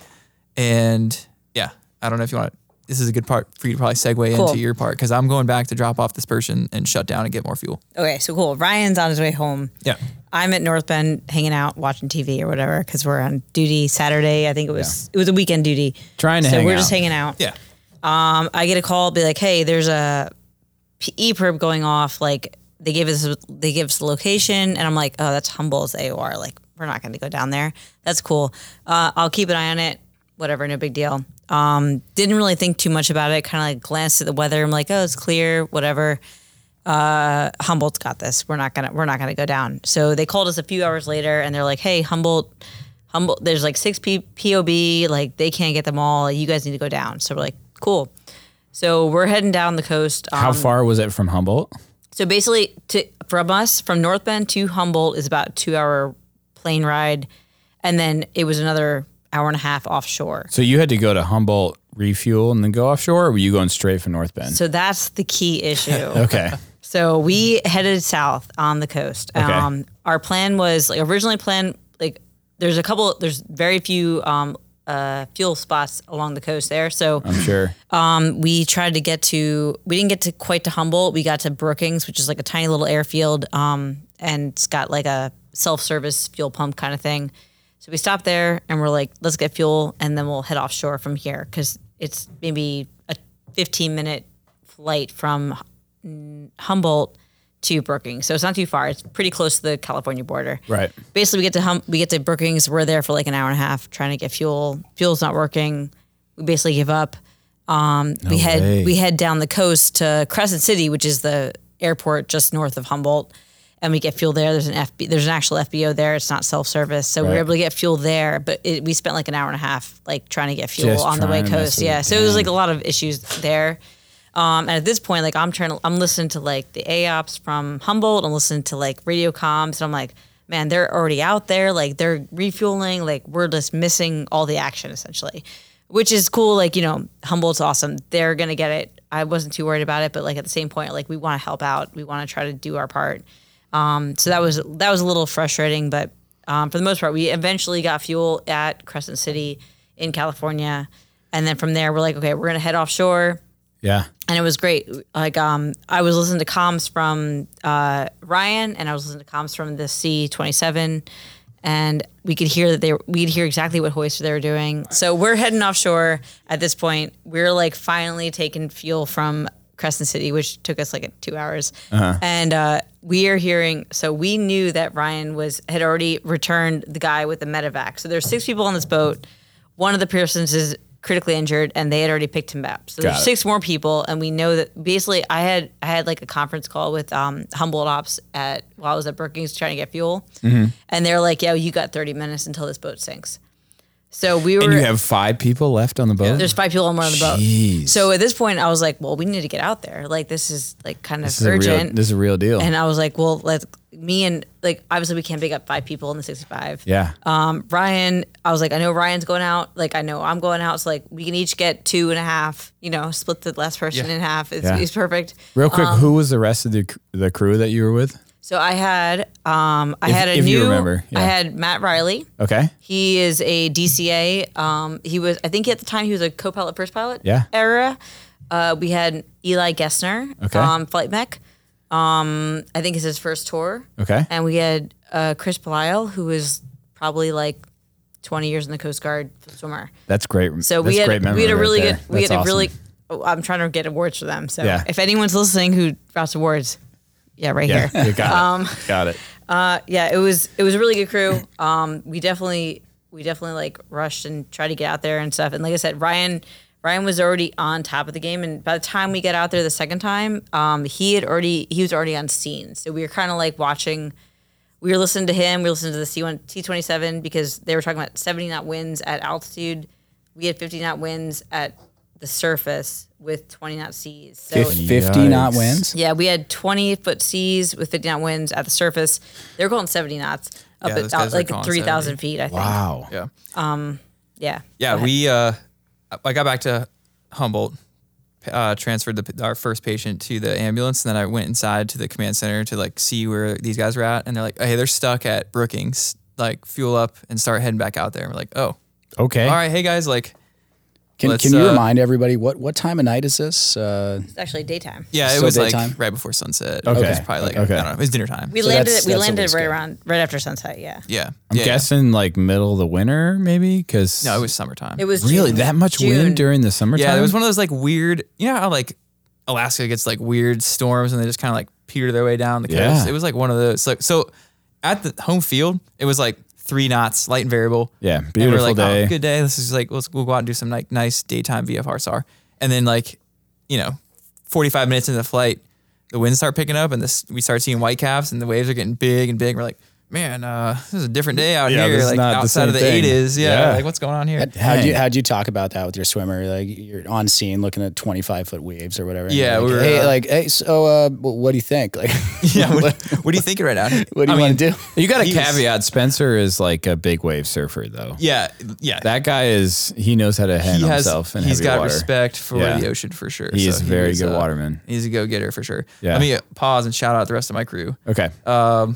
Speaker 3: And yeah, I don't know if you want to. This is a good part for you to probably segue
Speaker 4: Cool.
Speaker 3: into your part because I'm going back to drop off this person and shut down and get more fuel.
Speaker 4: Okay, so cool. Ryan's on his way home.
Speaker 3: Yeah.
Speaker 4: I'm at North Bend hanging out, watching TV or whatever, because we're on duty Saturday. I think it was it was a weekend duty.
Speaker 1: Trying to
Speaker 4: so
Speaker 1: hang
Speaker 4: we're
Speaker 1: out.
Speaker 4: just hanging out.
Speaker 3: Yeah.
Speaker 4: Um, I get a call, be like, hey, there's a E perb going off. Like they give us they give us the location, and I'm like, oh, that's Humboldt's AOR. Like we're not going to go down there. That's cool. Uh, I'll keep an eye on it. Whatever, no big deal. Um, didn't really think too much about it. Kind of like glanced at the weather. I'm like, oh, it's clear. Whatever. Humboldt's got this. We're not gonna we're not gonna go down. So they called us a few hours later and they're like, hey, Humboldt, Humboldt, there's like six P- POB, like they can't get them all. You guys need to go down. So we're like, cool. So we're heading down the coast.
Speaker 1: How
Speaker 4: um,
Speaker 1: far was it from Humboldt?
Speaker 4: So basically, to, from us, from North Bend to Humboldt is about two hour plane ride, and then it was another hour and a half offshore.
Speaker 1: So you had to go to Humboldt, refuel, and then go offshore, or were you going straight from North Bend?
Speaker 4: So that's the key issue.
Speaker 1: okay.
Speaker 4: So we headed south on the coast.
Speaker 1: Okay.
Speaker 4: Um, our plan was like originally planned like there's a couple there's very few um, uh, fuel spots along the coast there. So
Speaker 1: I'm sure.
Speaker 4: um, we tried to get to we didn't get to quite to Humboldt. We got to Brookings, which is like a tiny little airfield, um, and it's got like a self service fuel pump kind of thing. So we stopped there and we're like, let's get fuel and then we'll head offshore from here because it's maybe a 15 minute flight from Humboldt to Brookings. So it's not too far. It's pretty close to the California border.
Speaker 1: Right.
Speaker 4: Basically, we get to hum- we get to Brookings. We're there for like an hour and a half trying to get fuel. Fuel's not working. We basically give up. Um, we head
Speaker 1: way.
Speaker 4: we head down the coast to Crescent City, which is the airport just north of Humboldt, and we get fuel there. There's an FB, there's an actual FBO there. It's not self service, so we
Speaker 1: Right.
Speaker 4: were able to get fuel there. But it, we spent like an hour and a half like trying to get fuel
Speaker 1: Just
Speaker 4: on the way
Speaker 1: trying to mess
Speaker 4: coast.
Speaker 1: with
Speaker 4: Yeah,
Speaker 1: it.
Speaker 4: so it was like a lot of issues there. Um, and at this point, like I'm trying to, I'm listening to like the AOPs from Humboldt. I'm listening to like radio comms, and I'm like, man, they're already out there. Like they're refueling. Like we're just missing all the action essentially, which is cool. Like you know, Humboldt's awesome. They're gonna get it. I wasn't too worried about it, but like at the same point, like we want to help out. We want to try to do our part. Um, so that was that was a little frustrating, but um, for the most part, we eventually got fuel at Crescent City in California, and then from there, we're like, okay, we're gonna head offshore
Speaker 1: Yeah.
Speaker 4: and it was great. Like um, I was listening to comms from uh, Ryan, and I was listening to comms from the C twenty seven, and we could hear that they we could hear exactly what hoist they were doing. So we're heading offshore at this point. We're like finally taking fuel from Crescent City, which took us like two hours, and uh, we are hearing. So we knew that Ryan was had already returned the guy with the medevac. So there's six people on this boat. One of the persons is critically injured, and they had already picked him up. So
Speaker 1: Got
Speaker 4: there's
Speaker 1: it.
Speaker 4: six six more people, and we know that basically I had I had like a conference call with um, Humboldt Ops at while I was at Brookings trying to get fuel,
Speaker 1: Mm-hmm.
Speaker 4: and they're like, "Yeah, you got 30 minutes until this boat sinks." So we were
Speaker 1: And you have five people left on the boat?
Speaker 4: there's five people on one of the
Speaker 1: Jeez.
Speaker 4: boats. So at this point, I was like, "Well, we need to get out there. Like this is like kind of
Speaker 1: this is, a real,
Speaker 4: urgent."
Speaker 1: this is a real deal.
Speaker 4: and I was like, "Well, let's." Me and like obviously we can't pick up five people in the 65.
Speaker 1: yeah.
Speaker 4: Um, Ryan, I was like, I know Ryan's going out. Like, I know I'm going out. So, like, we can each get two and a half, you know, split the last person in half. It's,
Speaker 1: Yeah.
Speaker 4: it's perfect.
Speaker 1: real quick,
Speaker 4: um,
Speaker 1: who was the rest of the, cr- the crew that you were with?
Speaker 4: So, I had, um, I had a
Speaker 1: if
Speaker 4: new,
Speaker 1: you remember, yeah.
Speaker 4: I had Matt Riley.
Speaker 1: Okay.
Speaker 4: He is a DCA. Um, he was, I think at the time he was a co-pilot, first pilot
Speaker 1: Yeah.
Speaker 4: era. Uh, we had Eli Gessner,
Speaker 1: Okay.
Speaker 4: um, flight mech. Um, I think it's his first tour.
Speaker 1: Okay.
Speaker 4: And we had uh, Chris Belisle, who was probably like 20 years in the Coast Guard swimmer.
Speaker 1: That's great.
Speaker 4: So
Speaker 1: That's
Speaker 4: we had
Speaker 1: great
Speaker 4: we
Speaker 1: memory
Speaker 4: had a
Speaker 1: right
Speaker 4: really
Speaker 1: there.
Speaker 4: good we
Speaker 1: That's
Speaker 4: had a
Speaker 1: awesome.
Speaker 4: really. oh, I'm trying to get awards for them. So
Speaker 1: Yeah.
Speaker 4: if anyone's listening who drops awards, yeah, right
Speaker 1: Yeah,
Speaker 4: here.
Speaker 1: you got it.
Speaker 4: Um,
Speaker 1: Got it.
Speaker 4: Uh, yeah, it was it was a really good crew. Um, we definitely we definitely like rushed and tried to get out there and stuff. And like I said, Ryan Ryan was already on top of the game. And by the time we got out there the second time, um, he had already he was already on scene. So we were kind of like watching. We were listening to him. We listened to the C one T twenty seven because they were talking about seventy knot winds at altitude. We had fifty knot winds at the surface with twenty knot seas. So
Speaker 2: Fif- 50 knot
Speaker 1: Yikes.
Speaker 2: winds.
Speaker 4: yeah, we had 20 foot seas with 50 knot winds at the surface. They're going 70 knots up
Speaker 3: Yeah,
Speaker 4: at
Speaker 3: those
Speaker 4: out,
Speaker 3: guys are
Speaker 4: like
Speaker 3: calling
Speaker 4: 3,000 feet, I think.
Speaker 1: Wow.
Speaker 3: Yeah.
Speaker 4: Yeah.
Speaker 3: Yeah, we uh, I got back to Humboldt, uh, transferred the, our first patient to the ambulance, and then I went inside to the command center to like see where these guys were at, and they're like, "Hey, they're stuck at Brookings. Like, fuel up and start heading back out there." And we're like, "Oh,
Speaker 1: Okay.
Speaker 3: all right, hey guys, like,
Speaker 2: Can,
Speaker 3: Let's,
Speaker 2: can you
Speaker 3: uh,
Speaker 2: remind everybody what, what time of night is this? Uh,
Speaker 4: It's actually daytime.
Speaker 3: yeah, it
Speaker 2: So
Speaker 3: was
Speaker 2: daytime?
Speaker 3: like right before sunset.
Speaker 1: Okay.
Speaker 3: it was probably like
Speaker 1: Okay.
Speaker 3: I don't know, it was dinner time.
Speaker 4: We
Speaker 2: So
Speaker 4: landed
Speaker 2: that's-
Speaker 4: we
Speaker 2: that's what
Speaker 4: landed
Speaker 2: we
Speaker 4: right
Speaker 2: skipped.
Speaker 4: around right after sunset, yeah.
Speaker 3: yeah,
Speaker 1: I'm
Speaker 3: yeah, yeah.
Speaker 1: guessing like middle of the winter, maybe? Because
Speaker 3: No, it was summertime.
Speaker 4: It was
Speaker 1: really
Speaker 4: June.
Speaker 1: that much
Speaker 4: June.
Speaker 1: wind during the summertime?
Speaker 3: Yeah, there was one of those like weird. You know how like Alaska gets like weird storms and they just kind of like peter their way down the coast.
Speaker 1: Yeah.
Speaker 3: It was like one of those. Like so, at the home field, it was like three knots, light and variable.
Speaker 1: Yeah,
Speaker 3: And
Speaker 1: beautiful
Speaker 3: we were like, oh,
Speaker 1: day.
Speaker 3: good day. This is like let's we'll go out and do some like nice daytime VFR SAR. And then like, you know, forty five minutes into the flight, the winds start picking up and this we start seeing white caps and the waves are getting big and big. We're like, man, uh, this is a different day out
Speaker 1: Yeah, this
Speaker 3: here,
Speaker 1: is
Speaker 3: like
Speaker 1: not the
Speaker 3: outside of the
Speaker 1: same thing.
Speaker 3: eight is. Yeah,
Speaker 1: Yeah.
Speaker 3: like what's going on here?
Speaker 2: How'd you
Speaker 1: Dang.
Speaker 2: how'd you talk about that with your swimmer? Like you're on scene looking at twenty five foot waves or whatever. and
Speaker 3: Yeah,
Speaker 2: you're like,
Speaker 3: we were,
Speaker 2: hey,
Speaker 3: uh,
Speaker 2: like hey, so uh, wh- what do you think? Like,
Speaker 3: yeah, what, what are you thinking right now?
Speaker 2: what do you want to do?
Speaker 1: You got a
Speaker 3: He was-
Speaker 1: caveat. Spencer is like a big wave surfer, though.
Speaker 3: Yeah, yeah.
Speaker 1: That guy is. He knows how to
Speaker 3: he
Speaker 1: handle
Speaker 3: has
Speaker 1: himself in
Speaker 3: he's
Speaker 1: heavy
Speaker 3: got
Speaker 1: water.
Speaker 3: respect for
Speaker 1: Yeah.
Speaker 3: the ocean for sure.
Speaker 1: He is a very
Speaker 3: was,
Speaker 1: good waterman.
Speaker 3: He's a go getter for sure.
Speaker 1: Yeah.
Speaker 3: Let me uh, pause and shout out the rest of my crew.
Speaker 1: Okay.
Speaker 3: Um,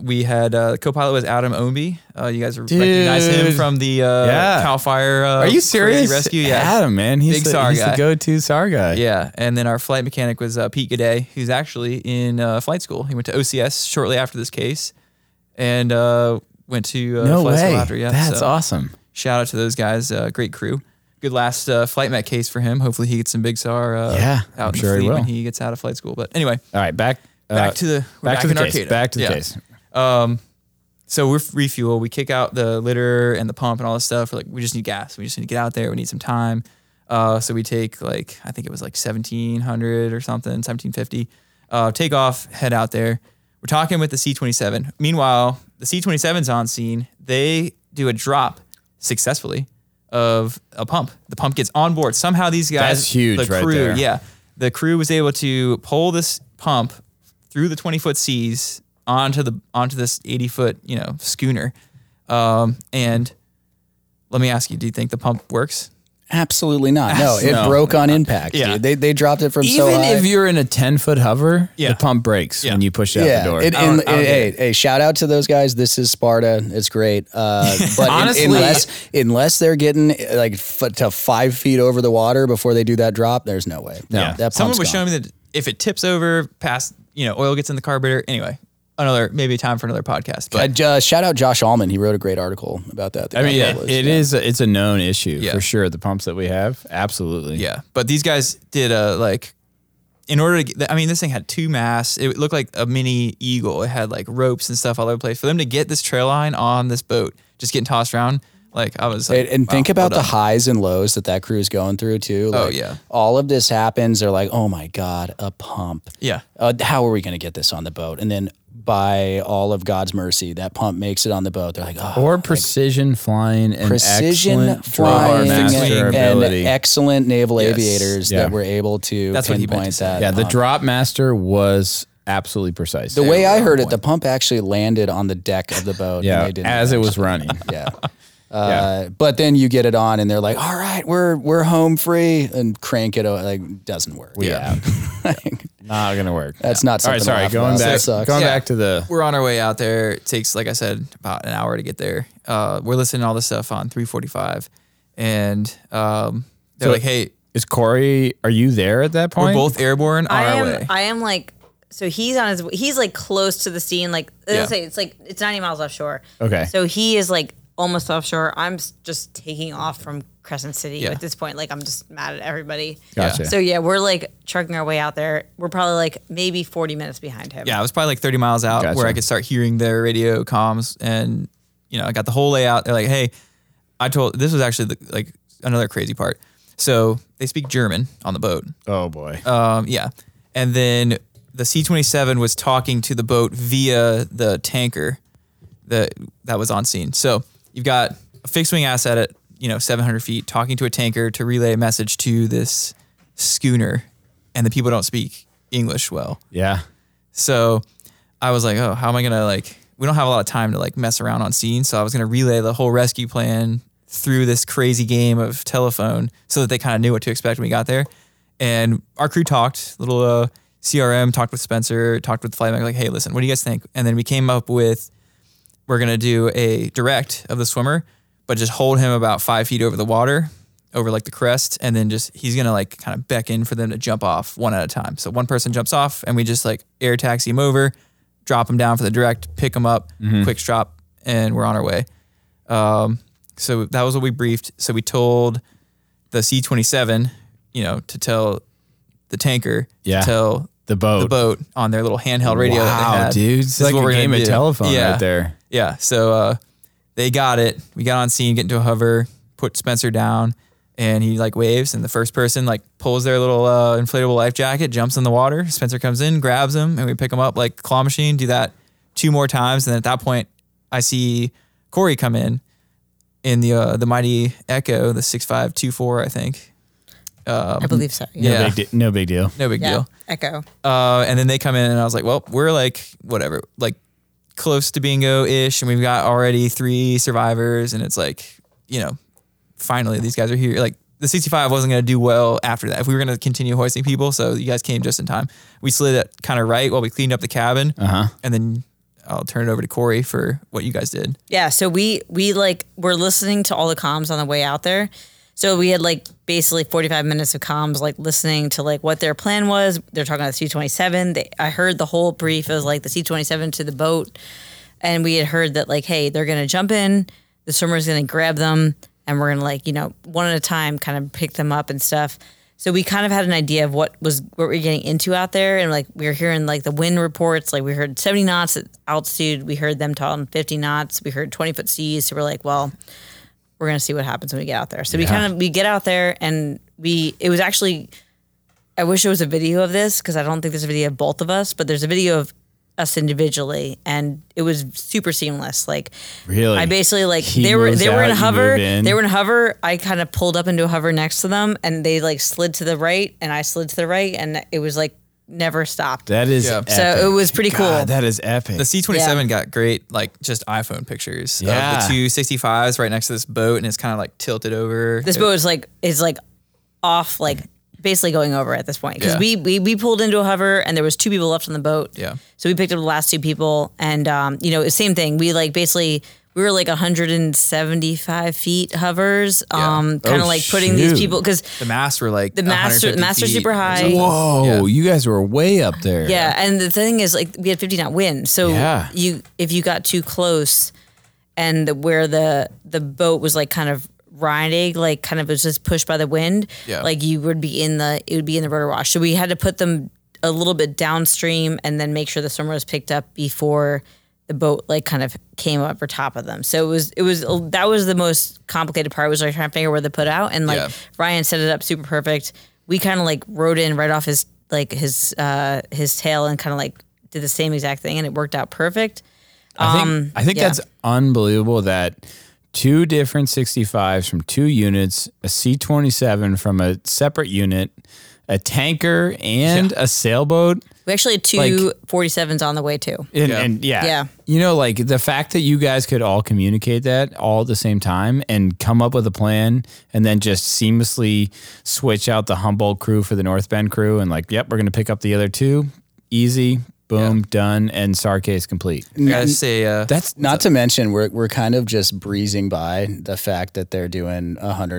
Speaker 3: we had uh, co-pilot was Adam Omby. Uh, you guys recognize him
Speaker 1: Dude.
Speaker 3: from the uh,
Speaker 1: Yeah.
Speaker 3: Cal Fire. Uh,
Speaker 1: Are you
Speaker 3: Crazy
Speaker 1: serious?
Speaker 3: Rescue, yeah.
Speaker 1: Adam, man, he's
Speaker 3: Big
Speaker 1: the,
Speaker 3: SAR
Speaker 1: he's
Speaker 3: guy.
Speaker 1: the go-to SAR guy.
Speaker 3: Yeah, and then our flight mechanic was uh, Pete Gaudet, who's actually in uh, flight school. He went to OCS shortly after this case, and uh, went to uh,
Speaker 1: No
Speaker 3: flight
Speaker 1: way.
Speaker 3: school after. Yeah,
Speaker 1: That's
Speaker 3: so
Speaker 1: awesome.
Speaker 3: Shout out to those guys. Uh, great crew. Good last uh, flight met case for him. Hopefully he gets some big SAR. Uh,
Speaker 1: Yeah, I'm
Speaker 3: out in
Speaker 1: sure
Speaker 3: the
Speaker 1: he
Speaker 3: fleet when
Speaker 1: will.
Speaker 3: he gets out of flight school. But anyway,
Speaker 1: All right, back
Speaker 3: back
Speaker 1: uh,
Speaker 3: to the we're
Speaker 1: back, to the
Speaker 3: in
Speaker 1: case.
Speaker 3: Arcata.
Speaker 1: Back to the
Speaker 3: Yeah.
Speaker 1: case.
Speaker 3: So we're f- refuel. We kick out the litter and the pump and all this stuff. We're like, we just need gas. We just need to get out there. We need some time. Uh, so we take like I think it was like seventeen hundred or something, seventeen fifty. Uh, take off, head out there. We're talking with the C twenty seven. Meanwhile, the C 27s on scene. They do a drop successfully of a pump. The pump gets on board. Somehow these guys,
Speaker 1: That's huge
Speaker 3: the
Speaker 1: right
Speaker 3: crew,
Speaker 1: there.
Speaker 3: yeah, the crew was able to pull this pump through the 20 foot seas onto the onto this 80 foot you know schooner. Um, and let me ask you, do you think the pump works?
Speaker 2: Absolutely not. No, it
Speaker 1: No.
Speaker 2: broke on impact.
Speaker 3: Yeah.
Speaker 2: dude. They they dropped it from
Speaker 1: Even
Speaker 2: so high.
Speaker 1: if you're in a 10-foot hover,
Speaker 3: Yeah.
Speaker 1: the pump breaks
Speaker 3: Yeah. Oh,
Speaker 1: when you push it out
Speaker 2: yeah,
Speaker 1: the door.
Speaker 2: it-
Speaker 3: I don't-
Speaker 2: and-
Speaker 3: I don't get
Speaker 2: hey, hey, shout out to those guys. This is Sparta. It's great. Uh, but in-
Speaker 1: Honestly-
Speaker 2: unless unless they're getting uh, like f- to five feet over the water before they do that drop, there's no way. No,
Speaker 1: Yeah.
Speaker 2: that
Speaker 3: Someone
Speaker 2: pump's
Speaker 3: was
Speaker 2: gone.
Speaker 3: showing me that if it tips over past, you know, oil gets in the carburetor. Anyway, another maybe time for another podcast. But
Speaker 2: Uh, j- uh, shout out Josh Allman. He wrote a great article about that.
Speaker 1: I mean, yeah, it is. a- It's a known issue
Speaker 3: Yeah.
Speaker 1: for sure. The pumps that we have, absolutely.
Speaker 3: Yeah, but these guys did a like. In order to, get, I mean, this thing had two masts. It looked like a mini eagle. It had like ropes and stuff all over the place. For them to get this trail line on this boat, just getting tossed around, like I was. Like,
Speaker 2: And, and
Speaker 3: wow,
Speaker 2: think
Speaker 3: well
Speaker 2: about the
Speaker 3: done.
Speaker 2: highs and lows that that crew is going through too.
Speaker 3: Oh,
Speaker 2: Like,
Speaker 3: yeah.
Speaker 2: all of this happens. They're like, oh my god, a pump.
Speaker 3: Yeah,
Speaker 2: uh, how are we going to get this on the boat? And then by all of God's mercy, that pump makes it on the boat. They're like, oh,
Speaker 1: Or precision flying and
Speaker 2: precision
Speaker 1: excellent draw
Speaker 2: flying
Speaker 1: master
Speaker 3: and-
Speaker 2: and
Speaker 1: ability.
Speaker 2: excellent naval
Speaker 3: Yes.
Speaker 2: aviators
Speaker 1: Yeah.
Speaker 2: that were able to
Speaker 3: That's what he meant
Speaker 2: pinpoint
Speaker 3: to say.
Speaker 2: that.
Speaker 1: yeah, the
Speaker 2: pump.
Speaker 1: drop master was absolutely precise.
Speaker 2: The way I heard it, the pump actually landed on the deck of the boat. and
Speaker 1: yeah,
Speaker 2: they didn't
Speaker 1: as it was
Speaker 2: actually-
Speaker 1: running.
Speaker 2: Yeah. Uh, But then you get it on, and they're like, "All right, we're we're home free," and crank it. o- Like doesn't work.
Speaker 1: Yeah. Not gonna work.
Speaker 2: that's not
Speaker 1: All right,
Speaker 2: something. to
Speaker 1: sorry.
Speaker 2: laugh
Speaker 1: Going
Speaker 2: about. That
Speaker 1: back,
Speaker 2: sucks.
Speaker 1: going
Speaker 3: Yeah.
Speaker 1: back to the
Speaker 3: we're on our way out there. It takes, like I said, about an hour to get there. Uh, we're listening to all this stuff on 345, and um, they're
Speaker 1: So-
Speaker 3: like, "Hey,
Speaker 1: Is Corey? Are you there at that
Speaker 3: we're
Speaker 1: point?
Speaker 3: both airborne on
Speaker 4: I
Speaker 3: our
Speaker 4: am.
Speaker 3: way."
Speaker 4: I am like. So he's on his. He's like close to the scene. Like as I
Speaker 3: Yeah.
Speaker 4: say, it's like it's 90 miles offshore.
Speaker 1: Okay.
Speaker 4: So he is like almost offshore. I'm s- just taking off from Crescent City
Speaker 3: Yeah.
Speaker 4: at this point. Like I'm just mad at everybody.
Speaker 1: Gotcha.
Speaker 4: So yeah, we're like trucking our way out there. We're probably like maybe 40 minutes behind him.
Speaker 3: yeah, I was probably like 30 miles out
Speaker 1: Gotcha.
Speaker 3: where I could start hearing their radio comms. And, you know, I got the whole layout. They're like, hey, I told, this was actually the, like another crazy part. So they speak German on the boat.
Speaker 1: oh boy.
Speaker 3: Um, yeah. And then the C 27 was talking to the boat via the tanker that, that was on scene. So you've got a fixed wing asset at, you know, 700 feet talking to a tanker to relay a message to this schooner. And the people don't speak English well.
Speaker 1: yeah.
Speaker 3: So I was like, oh, how am I gonna like? We don't have a lot of time to like mess around on scene, so I was gonna relay the whole rescue plan through this crazy game of telephone, so that they kind of knew what to expect when we got there. And our crew talked, little uh, CRM talked with Spencer, talked with the flight mech, like, hey, listen, what do you guys think? And then we came up with we're gonna do a direct of the swimmer, but just hold him about five feet over the water, over like the crest, and then just he's gonna like kind of beckon for them to jump off one at a time. So one person jumps off, and we just like air taxi him over, drop him down for the direct, pick him up,
Speaker 1: Mm-hmm.
Speaker 3: quick drop, and we're on our way. Um, so that was what we briefed. So we told the C twenty seven, you know, to tell the tanker,
Speaker 1: Yeah.
Speaker 3: to tell
Speaker 1: The boat.
Speaker 3: the boat on their little handheld radio.
Speaker 1: wow,
Speaker 3: that they had.
Speaker 1: dude.
Speaker 3: This
Speaker 1: It's
Speaker 3: is
Speaker 1: like
Speaker 3: what
Speaker 1: a
Speaker 3: we're gonna
Speaker 1: game of
Speaker 3: do.
Speaker 1: telephone
Speaker 3: Yeah.
Speaker 1: right there.
Speaker 3: Yeah. So uh, they got it. We got on scene, get into a hover, put Spencer down, and he like waves, and the first person like pulls their little uh, inflatable life jacket, jumps in the water. Spencer comes in, grabs him, and we pick him up like claw machine. Do that two more times, and then at that point, I see Corey come in in the uh, the mighty Echo, the six five two four, I think.
Speaker 4: I believe so.
Speaker 1: No,
Speaker 3: Yeah.
Speaker 1: big de- no big deal.
Speaker 3: No big
Speaker 4: Yeah.
Speaker 3: deal.
Speaker 4: Echo.
Speaker 3: Uh, and then they come in, and I was like, well, we're like, whatever, like close to bingo ish. And we've got already three survivors. And it's like, you know, finally these guys are here. Like the 65 wasn't going to do well after that if we were going to continue hoisting people. So you guys came just in time. We slid it kind of right while we cleaned up the cabin.
Speaker 1: Uh huh.
Speaker 3: And then I'll turn it over to Corey for what you guys did.
Speaker 4: Yeah, so we we like were listening to all the comms on the way out there. So we had like basically 45 minutes of comms, like listening to like what their plan was. They're talking about the C-27. They, I heard the whole brief. It was like the C-27 to the boat, and we had heard that like, hey, they're gonna jump in. The swimmer's gonna grab them, and we're gonna like you know one at a time kind of pick them up and stuff. So we kind of had an idea of what was what we are getting into out there, and like we were hearing like the wind reports. Like we heard 70 knots at altitude. We heard them talking 50 knots. We heard 20 foot seas. So we're like, well, we're gonna see what happens when we get out there. So we kind of we get out there, and we it was actually I wish there was a video of this because I don't think there's a video of both of us, but there's a video of us individually, and it was super seamless. Like
Speaker 1: Really?
Speaker 4: I basically like
Speaker 1: He
Speaker 4: they were
Speaker 1: moves
Speaker 4: they were in
Speaker 1: out, you
Speaker 4: hover.
Speaker 1: move in.
Speaker 4: They were in hover. I kind of pulled up into a hover next to them, and they like slid to the right, and I slid to the right, and it was like never stopped.
Speaker 1: That is
Speaker 3: Yeah.
Speaker 1: epic.
Speaker 4: so it was pretty cool.
Speaker 1: God, that is epic.
Speaker 3: The C twenty seven got great, like just iPhone pictures
Speaker 1: Yeah.
Speaker 3: of the two 65s right next to this boat, and it's kind of like tilted over.
Speaker 4: this
Speaker 3: It-
Speaker 4: boat is like is like off like basically going over at this point because
Speaker 3: Yeah.
Speaker 4: we, we we pulled into a hover and there was two people left on the boat
Speaker 3: Yeah.
Speaker 4: so we picked up the last two people and um you know same thing we like basically we were like 175 feet hovers
Speaker 3: Yeah.
Speaker 4: um kind of
Speaker 1: Oh,
Speaker 4: like putting these
Speaker 1: shoot.
Speaker 4: people because
Speaker 3: the masts were like
Speaker 4: the masts are-
Speaker 3: 150
Speaker 4: masts are
Speaker 3: feet
Speaker 4: super
Speaker 3: or
Speaker 4: high.
Speaker 3: something.
Speaker 1: Whoa, you guys were way up there.
Speaker 4: yeah and the thing is like we had 50 knot wind so
Speaker 1: Yeah.
Speaker 4: you if you got too close and the, where the the boat was like kind of riding like kind of was just pushed by the wind
Speaker 3: Yeah.
Speaker 4: like you would be in the it would be in the rotor wash so we had to put them a little bit downstream and then make sure the swimmer was picked up before the boat like kind of came up or top of them so it was it was that was the most complicated part was like trying to figure where to put out and like
Speaker 3: Yeah.
Speaker 4: ryan set it up super perfect we kind of like rode in right off his like his uh his tail and kind of like did the same exact thing and it worked out perfect
Speaker 1: I think, I think
Speaker 4: yeah.
Speaker 1: that's unbelievable that two different 65s from two units, a C 27 from a separate unit, a tanker, and a sailboat.
Speaker 4: We actually had two forty sevens on the way too.
Speaker 1: And
Speaker 3: Yeah.
Speaker 1: yeah. and yeah.
Speaker 4: Yeah.
Speaker 1: You know, like the fact that you guys could all communicate that all at the same time and come up with a plan and then just seamlessly switch out the Humboldt crew for the North Bend crew and like, yep, we're going to pick up the other two. Easy. Boom, done, and Sarkay's complete.
Speaker 3: I gotta say, uh,
Speaker 1: That's
Speaker 2: Not to mention, we're we're kind of just breezing by the fact that they're doing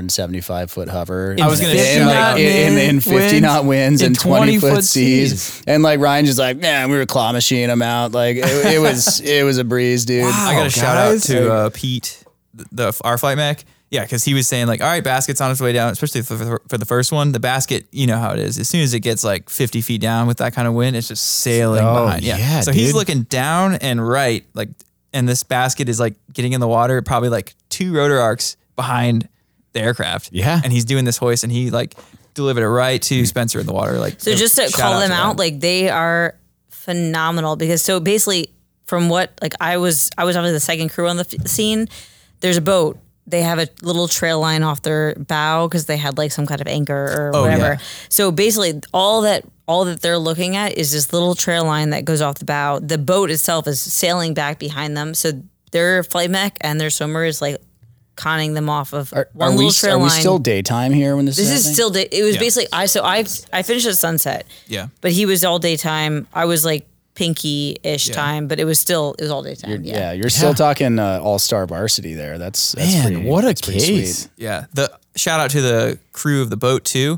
Speaker 2: 175 foot hover. I
Speaker 3: was gonna say,
Speaker 2: in,
Speaker 3: like,
Speaker 2: in, in, in 50
Speaker 1: winds,
Speaker 2: knot winds
Speaker 1: in
Speaker 2: and 20 foot
Speaker 1: 20-foot
Speaker 2: seas.
Speaker 1: seas.
Speaker 2: and like Ryan just like, man, we were claw machine them out. Like it, it was it was a breeze, dude.
Speaker 3: I got to
Speaker 1: guys.
Speaker 3: shout out to uh, Pete, the, the our flight mech. Yeah, because he was saying like, all right, basket's on its way down, especially for, for, for the first one. The basket, you know how it is. As soon as it gets like 50 feet down with that kind of wind, it's just sailing
Speaker 1: Oh,
Speaker 3: behind. Yeah.
Speaker 1: yeah,
Speaker 3: so he's
Speaker 1: dude.
Speaker 3: looking down and right, like, and this basket is like getting in the water, probably like two rotor arcs behind the aircraft.
Speaker 1: Yeah. Mm.
Speaker 3: And he's doing this hoist, and he like delivered it right to Spencer in the water. Like,
Speaker 4: So just to
Speaker 3: shout
Speaker 4: call them
Speaker 3: to
Speaker 4: out,
Speaker 3: them.
Speaker 4: like they are phenomenal because so basically from what like I was I was obviously the second crew on the f- scene. There's a boat. They have a little trail line off their bow because they had like some kind of anchor or whatever.
Speaker 3: yeah.
Speaker 4: So basically, all that all that they're looking at is this little trail line that goes off the bow. The boat itself is sailing back behind them. So their flight mech and their swimmer is like conning them off of one
Speaker 2: are
Speaker 4: little
Speaker 2: we,
Speaker 4: trail
Speaker 2: are we
Speaker 4: line.
Speaker 2: still daytime here when this,
Speaker 4: This
Speaker 2: happening?
Speaker 4: is still day. It was
Speaker 3: Yeah.
Speaker 4: basically I so I I finished at sunset,
Speaker 3: yeah.
Speaker 4: but he was all daytime. I was like pinky ish time, but it was still it was all daytime. yeah.
Speaker 2: yeah. you're still talking uh, all star varsity there. That's, that's
Speaker 1: man,
Speaker 2: pretty-
Speaker 1: what a
Speaker 2: that's pretty sweet.
Speaker 1: case.
Speaker 3: Yeah. The shout out to the crew of the boat too.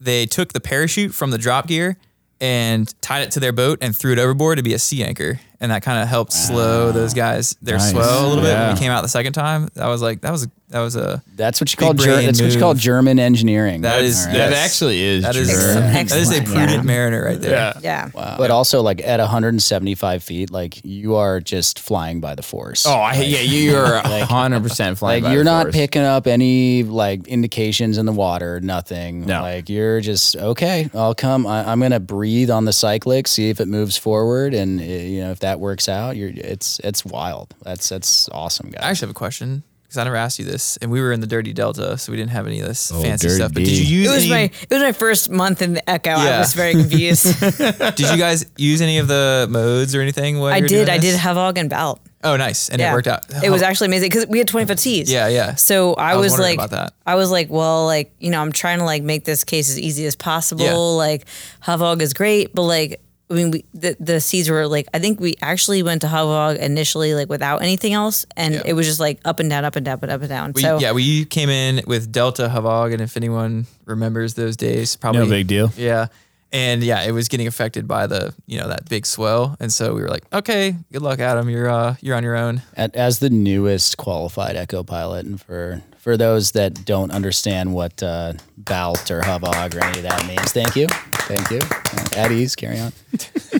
Speaker 3: They took the parachute from the drop gear and tied it to their boat and threw it overboard to be a sea anchor. And that kind of helped slow those guys their
Speaker 1: Ah, Nice.
Speaker 3: swell a little bit when
Speaker 1: Yeah.
Speaker 3: we came out the second time. I was like, that was That was a
Speaker 2: That's what you call ger-
Speaker 3: brain
Speaker 2: that's what you call
Speaker 3: move.
Speaker 2: German engineering.
Speaker 3: That is-
Speaker 2: All
Speaker 1: That
Speaker 3: Yes.
Speaker 1: actually is
Speaker 3: that is
Speaker 1: German.
Speaker 4: Excellent.
Speaker 3: that is a
Speaker 4: Excellent,
Speaker 3: prudent
Speaker 4: yeah.
Speaker 3: mariner right there.
Speaker 1: Yeah.
Speaker 4: Yeah.
Speaker 1: Uh,
Speaker 2: But also like at 175 feet, like you are just flying by the force.
Speaker 1: Oh, I, yeah, you're hundred percent flying.
Speaker 2: like
Speaker 1: by
Speaker 2: you're
Speaker 1: the
Speaker 2: not
Speaker 1: force.
Speaker 2: picking up any like indications in the water, nothing.
Speaker 1: No.
Speaker 2: Like you're just okay. I'll come. I, I'm gonna breathe on the cyclic, see if it moves forward, and uh, you know if that works out. You're it's it's wild. That's that's awesome, guys.
Speaker 3: I actually have a question because I never asked you this, and we were in the dirty delta, so we didn't have any of this
Speaker 1: Oh,
Speaker 3: fancy
Speaker 1: dirty
Speaker 3: stuff. But did
Speaker 1: D.
Speaker 3: you
Speaker 4: It
Speaker 3: use any?
Speaker 4: was my it was my first month in the Echo.
Speaker 3: Yeah.
Speaker 4: I was very confused.
Speaker 3: did you guys use any of the modes or anything? While
Speaker 4: I
Speaker 3: you were
Speaker 4: did.
Speaker 3: doing
Speaker 4: I did
Speaker 3: this?
Speaker 4: Havog and Belt.
Speaker 3: oh, nice, and it worked out.
Speaker 4: It was
Speaker 3: Oh,
Speaker 4: actually amazing because we had 25 T's.
Speaker 3: Yeah, yeah.
Speaker 4: So I,
Speaker 3: I was
Speaker 4: was,
Speaker 3: wondering
Speaker 4: like,
Speaker 3: about that.
Speaker 4: I was like, well, like, you know, I'm trying to like make this case as easy as possible.
Speaker 3: Yeah.
Speaker 4: Like, Havog is great, but like, I mean, we, the, the seeds were like, I think we actually went to Havog initially, like, without anything else. And
Speaker 3: Yeah.
Speaker 4: it was just like up and down, up and down, and up and down.
Speaker 3: we,
Speaker 4: so,
Speaker 3: yeah, we came in with Delta Havog, and if anyone remembers those days, probably
Speaker 1: No big deal.
Speaker 3: Yeah, and yeah, it was getting affected by the you know that big swell, and so we were like, okay, good luck, Adam. You're uh you're on your own.
Speaker 2: at, as the newest qualified Echo pilot, and for for those that don't understand what uh, bout or hubbog or any of that means, thank you, thank you. Uh, at ease, carry on.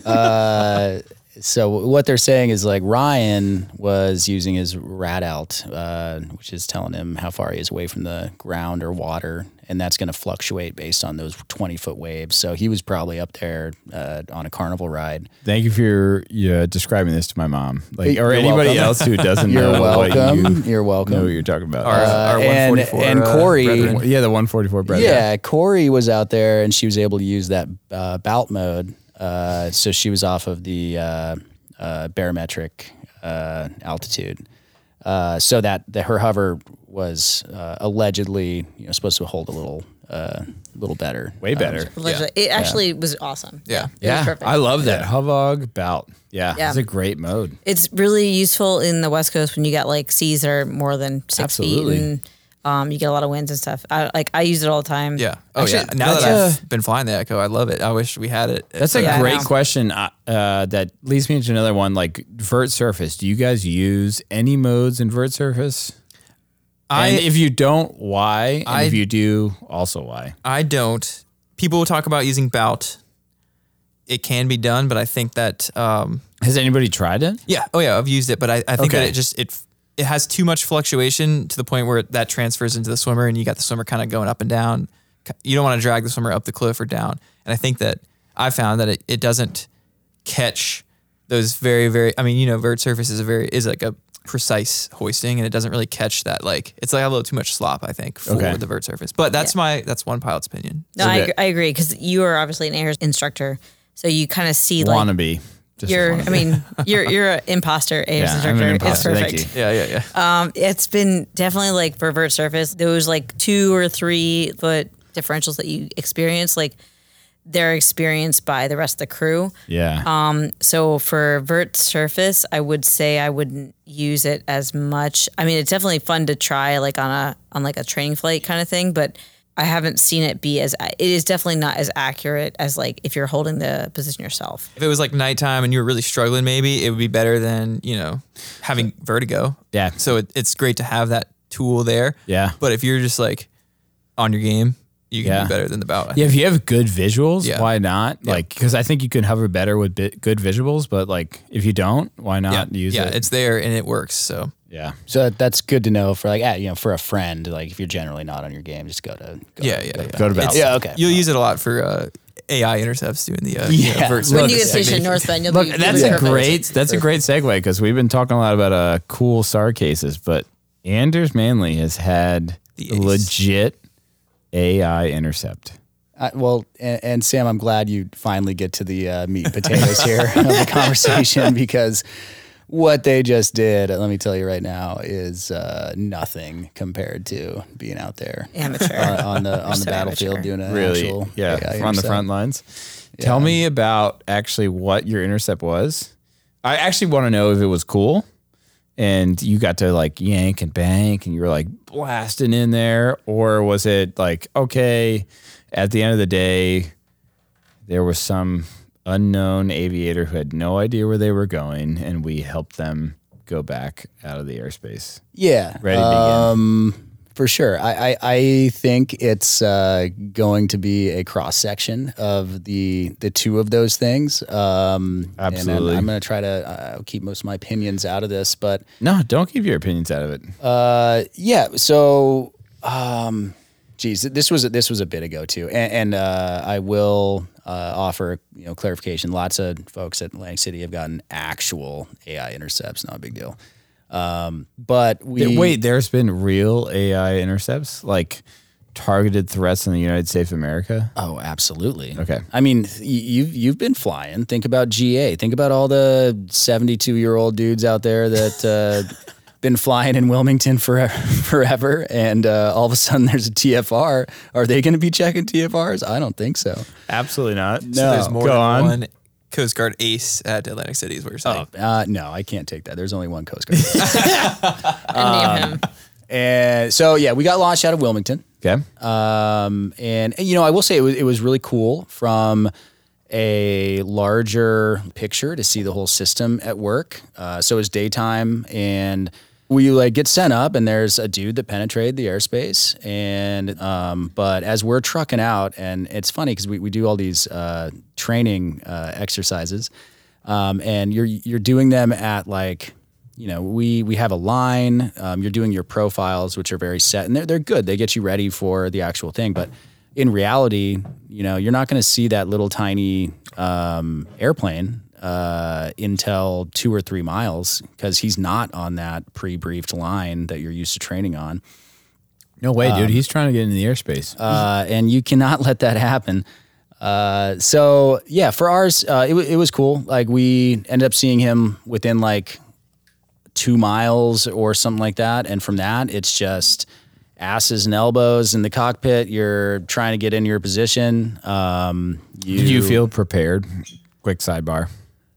Speaker 2: Uh, so what they're saying is like Ryan was using his rat out, uh, which is telling him how far he is away from the ground or water, and that's going to fluctuate based on those twenty foot waves. So he was probably up there uh, on a carnival ride.
Speaker 1: Thank you for your, yeah, describing this to my mom, like, or
Speaker 2: You're
Speaker 1: anybody
Speaker 2: welcome.
Speaker 1: else who doesn't know
Speaker 2: You're
Speaker 1: what
Speaker 2: welcome.
Speaker 1: you
Speaker 2: You are Uh, welcome.
Speaker 1: know what you're talking about.
Speaker 3: Our, our
Speaker 2: and-
Speaker 3: 144
Speaker 2: and
Speaker 3: uh,
Speaker 2: Corey-
Speaker 3: brethren.
Speaker 1: yeah, the 144 brethren.
Speaker 2: Yeah, Corey was out there and she was able to use that uh, bout mode. Uh, so she was off of the uh, uh, barometric uh, altitude. Uh, so that the, her hover was uh, allegedly you know, supposed to hold a little uh, little better.
Speaker 1: way
Speaker 2: Um,
Speaker 1: better.
Speaker 4: Allegedly- it actually was awesome.
Speaker 3: Yeah.
Speaker 4: It was
Speaker 1: yeah,
Speaker 4: perfect.
Speaker 1: I love that Havog bout. Yeah,
Speaker 4: Yeah.
Speaker 1: it's a great mode.
Speaker 4: it's really useful in the West Coast when you got like seas that are more than six
Speaker 1: Absolutely.
Speaker 4: feet and um, you get a lot of winds and stuff. I like I use it all the time.
Speaker 3: Yeah. Oh yeah.
Speaker 1: Actually,
Speaker 3: Now that
Speaker 1: that's
Speaker 3: I've been flying the Echo, I love it. I wish we had it.
Speaker 1: That's a
Speaker 4: Yeah, I
Speaker 1: great
Speaker 4: know.
Speaker 1: question. Uh, uh, that leads me into another one, like vert surface. Do you guys use any modes in vert surface?
Speaker 3: I-
Speaker 1: and if you don't, why? And
Speaker 3: I-
Speaker 1: if you do, also why?
Speaker 3: I don't. People talk about using bout. It can be done, but I think that um,
Speaker 1: Has anybody tried it?
Speaker 3: yeah, oh yeah, I've used it, but I, I think that
Speaker 1: Okay.
Speaker 3: it just it it has too much fluctuation to the point where that transfers into the swimmer, and you got the swimmer kind of going up and down. You don't want to drag the swimmer up the cliff or down, and I think that I found that it, it doesn't catch those very very. I mean, you know, vert surface is a very is like a precise hoisting, and it doesn't really catch that. Like it's like a little too much slop, I think, for
Speaker 1: Okay.
Speaker 3: the vert surface. But that's my that's one pilot's opinion.
Speaker 4: No,
Speaker 1: So
Speaker 4: I,
Speaker 1: that-
Speaker 4: agree- I agree because you are obviously an air instructor, so you kind of see like
Speaker 1: wannabe. Just a
Speaker 4: you're. I
Speaker 1: wannabe.
Speaker 4: mean, you're you're an imposter air
Speaker 1: Yeah, I'm
Speaker 4: instructor.
Speaker 1: an imposter.
Speaker 4: It's
Speaker 1: Thank
Speaker 4: perfect.
Speaker 1: you.
Speaker 3: Yeah, yeah, yeah.
Speaker 4: Um, it's been definitely like for vert surface, those like two or three foot differentials that you experience, like they're experienced by the rest of the crew.
Speaker 1: yeah.
Speaker 4: Um, so for vert surface, I would say I wouldn't use it as much. I mean, it's definitely fun to try like on a on like a training flight kind of thing, but I haven't seen it be as it is definitely not as accurate as like if you're holding the position yourself.
Speaker 3: if it was like nighttime and you were really struggling, maybe it would be better than you know having vertigo.
Speaker 1: Yeah.
Speaker 3: So it, it's great to have that tool there.
Speaker 1: Yeah.
Speaker 3: But if you're just like on your game, you can
Speaker 1: Yeah.
Speaker 3: do better than the bout. I
Speaker 1: yeah,
Speaker 3: think.
Speaker 1: if you have good visuals,
Speaker 3: Yeah.
Speaker 1: why not? Like, because I think you can hover better with bi- good visuals, but like, if you don't, why not use
Speaker 3: yeah.
Speaker 1: it?
Speaker 3: It's there and it works. So
Speaker 1: yeah,
Speaker 2: So that, that's good to know for like ah, you know for a friend. Like if you're generally not on your game, just go to go
Speaker 3: yeah, yeah, yeah.
Speaker 1: go to battle.
Speaker 3: It's-
Speaker 2: Yeah, okay.
Speaker 3: You'll use it a lot for uh, AI intercepts doing the uh,
Speaker 2: Yeah.
Speaker 3: you know, vert
Speaker 2: When
Speaker 3: surface
Speaker 4: When you get stationed
Speaker 3: technique.
Speaker 4: in North Bend, you'll
Speaker 1: Look,
Speaker 4: be
Speaker 1: that's
Speaker 4: you'll be
Speaker 1: a
Speaker 4: perfect.
Speaker 1: great that's a great segue because we've been talking a lot about uh, cool SAR cases, but Anders Manley has had
Speaker 3: The ace.
Speaker 1: legit AI intercept.
Speaker 2: I, well, and, and Sam, I'm glad you finally get to the uh, meat and potatoes here of the conversation because what they just did, let me tell you right now, is uh, nothing compared to being out there
Speaker 4: amateur.
Speaker 2: on,
Speaker 1: Uh,
Speaker 2: on the on the
Speaker 4: so
Speaker 2: battlefield
Speaker 4: immature.
Speaker 2: doing an
Speaker 1: Really,
Speaker 2: actual
Speaker 1: yeah,
Speaker 2: AI
Speaker 1: on the
Speaker 2: intercept.
Speaker 1: front lines. Tell me about actually what your intercept was. I actually want to know if it was cool, and you got to like yank and bank, and you were like blasting in there, or was it like okay? At the end of the day, there was some unknown aviator who had no idea where they were going, and we helped them go back out of the airspace.
Speaker 2: Yeah.
Speaker 1: Ready to begin.
Speaker 2: um, For sure. I, I, I think it's uh, going to be a cross section of the the two of those things. Um, and I'm-
Speaker 1: Absolutely.
Speaker 2: I'm going to try to uh, keep most of my opinions out of this, but
Speaker 1: No, don't keep your opinions out of it.
Speaker 2: uh, yeah. So, um, geez, this was this was a bit ago too, and, and uh, I will uh, offer you know clarification. Lots of folks at Atlantic City have gotten actual AI intercepts. Not a big deal. Um, but we
Speaker 1: Wait, there's been real AI intercepts, like targeted threats in the United States of America.
Speaker 2: Oh, absolutely.
Speaker 1: Okay.
Speaker 2: I mean, th- y- you've you've been flying. Think about GA. Think about all the seventy-two-year-old dudes out there that uh, been flying in Wilmington forever, forever, and uh, all of a sudden there's a TFR. Are they going to be checking TFRs? I don't think so.
Speaker 1: Absolutely not.
Speaker 2: No.
Speaker 3: There's more
Speaker 1: Go
Speaker 3: than
Speaker 1: on.
Speaker 3: one Coast Guard ace at Atlantic City is what
Speaker 1: Oh.
Speaker 3: you're saying.
Speaker 2: Uh, no, I can't take that. There's only one Coast Guard.
Speaker 4: And
Speaker 1: um,
Speaker 4: name him.
Speaker 2: and so yeah, we got launched out of Wilmington.
Speaker 1: Okay.
Speaker 2: Um, and, and, you know, I will say it was, it was really cool from a larger picture to see the whole system at work. Uh, so it was daytime and we like get sent up and there's a dude that penetrated the airspace and um, but as we're trucking out and it's funny because we, we do all these uh, training uh, exercises um, and you're you're doing them at like you know we we have a line um, you're doing your profiles which are very set and they're, they're good they get you ready for the actual thing but in reality you know you're not going to see that little tiny um, airplane uh, until two or three miles because he's not on that pre-briefed line that you're used to training on
Speaker 1: No way, dude. He's trying to get into the airspace.
Speaker 2: uh, and you cannot let that happen. Uh, so yeah, for ours, uh, it, wa- it was cool. Like we ended up seeing him within like two miles or something like that, and from that, it's just asses and elbows in the cockpit. You're trying to get into your position. Um, you,
Speaker 1: Did you feel prepared? Quick sidebar.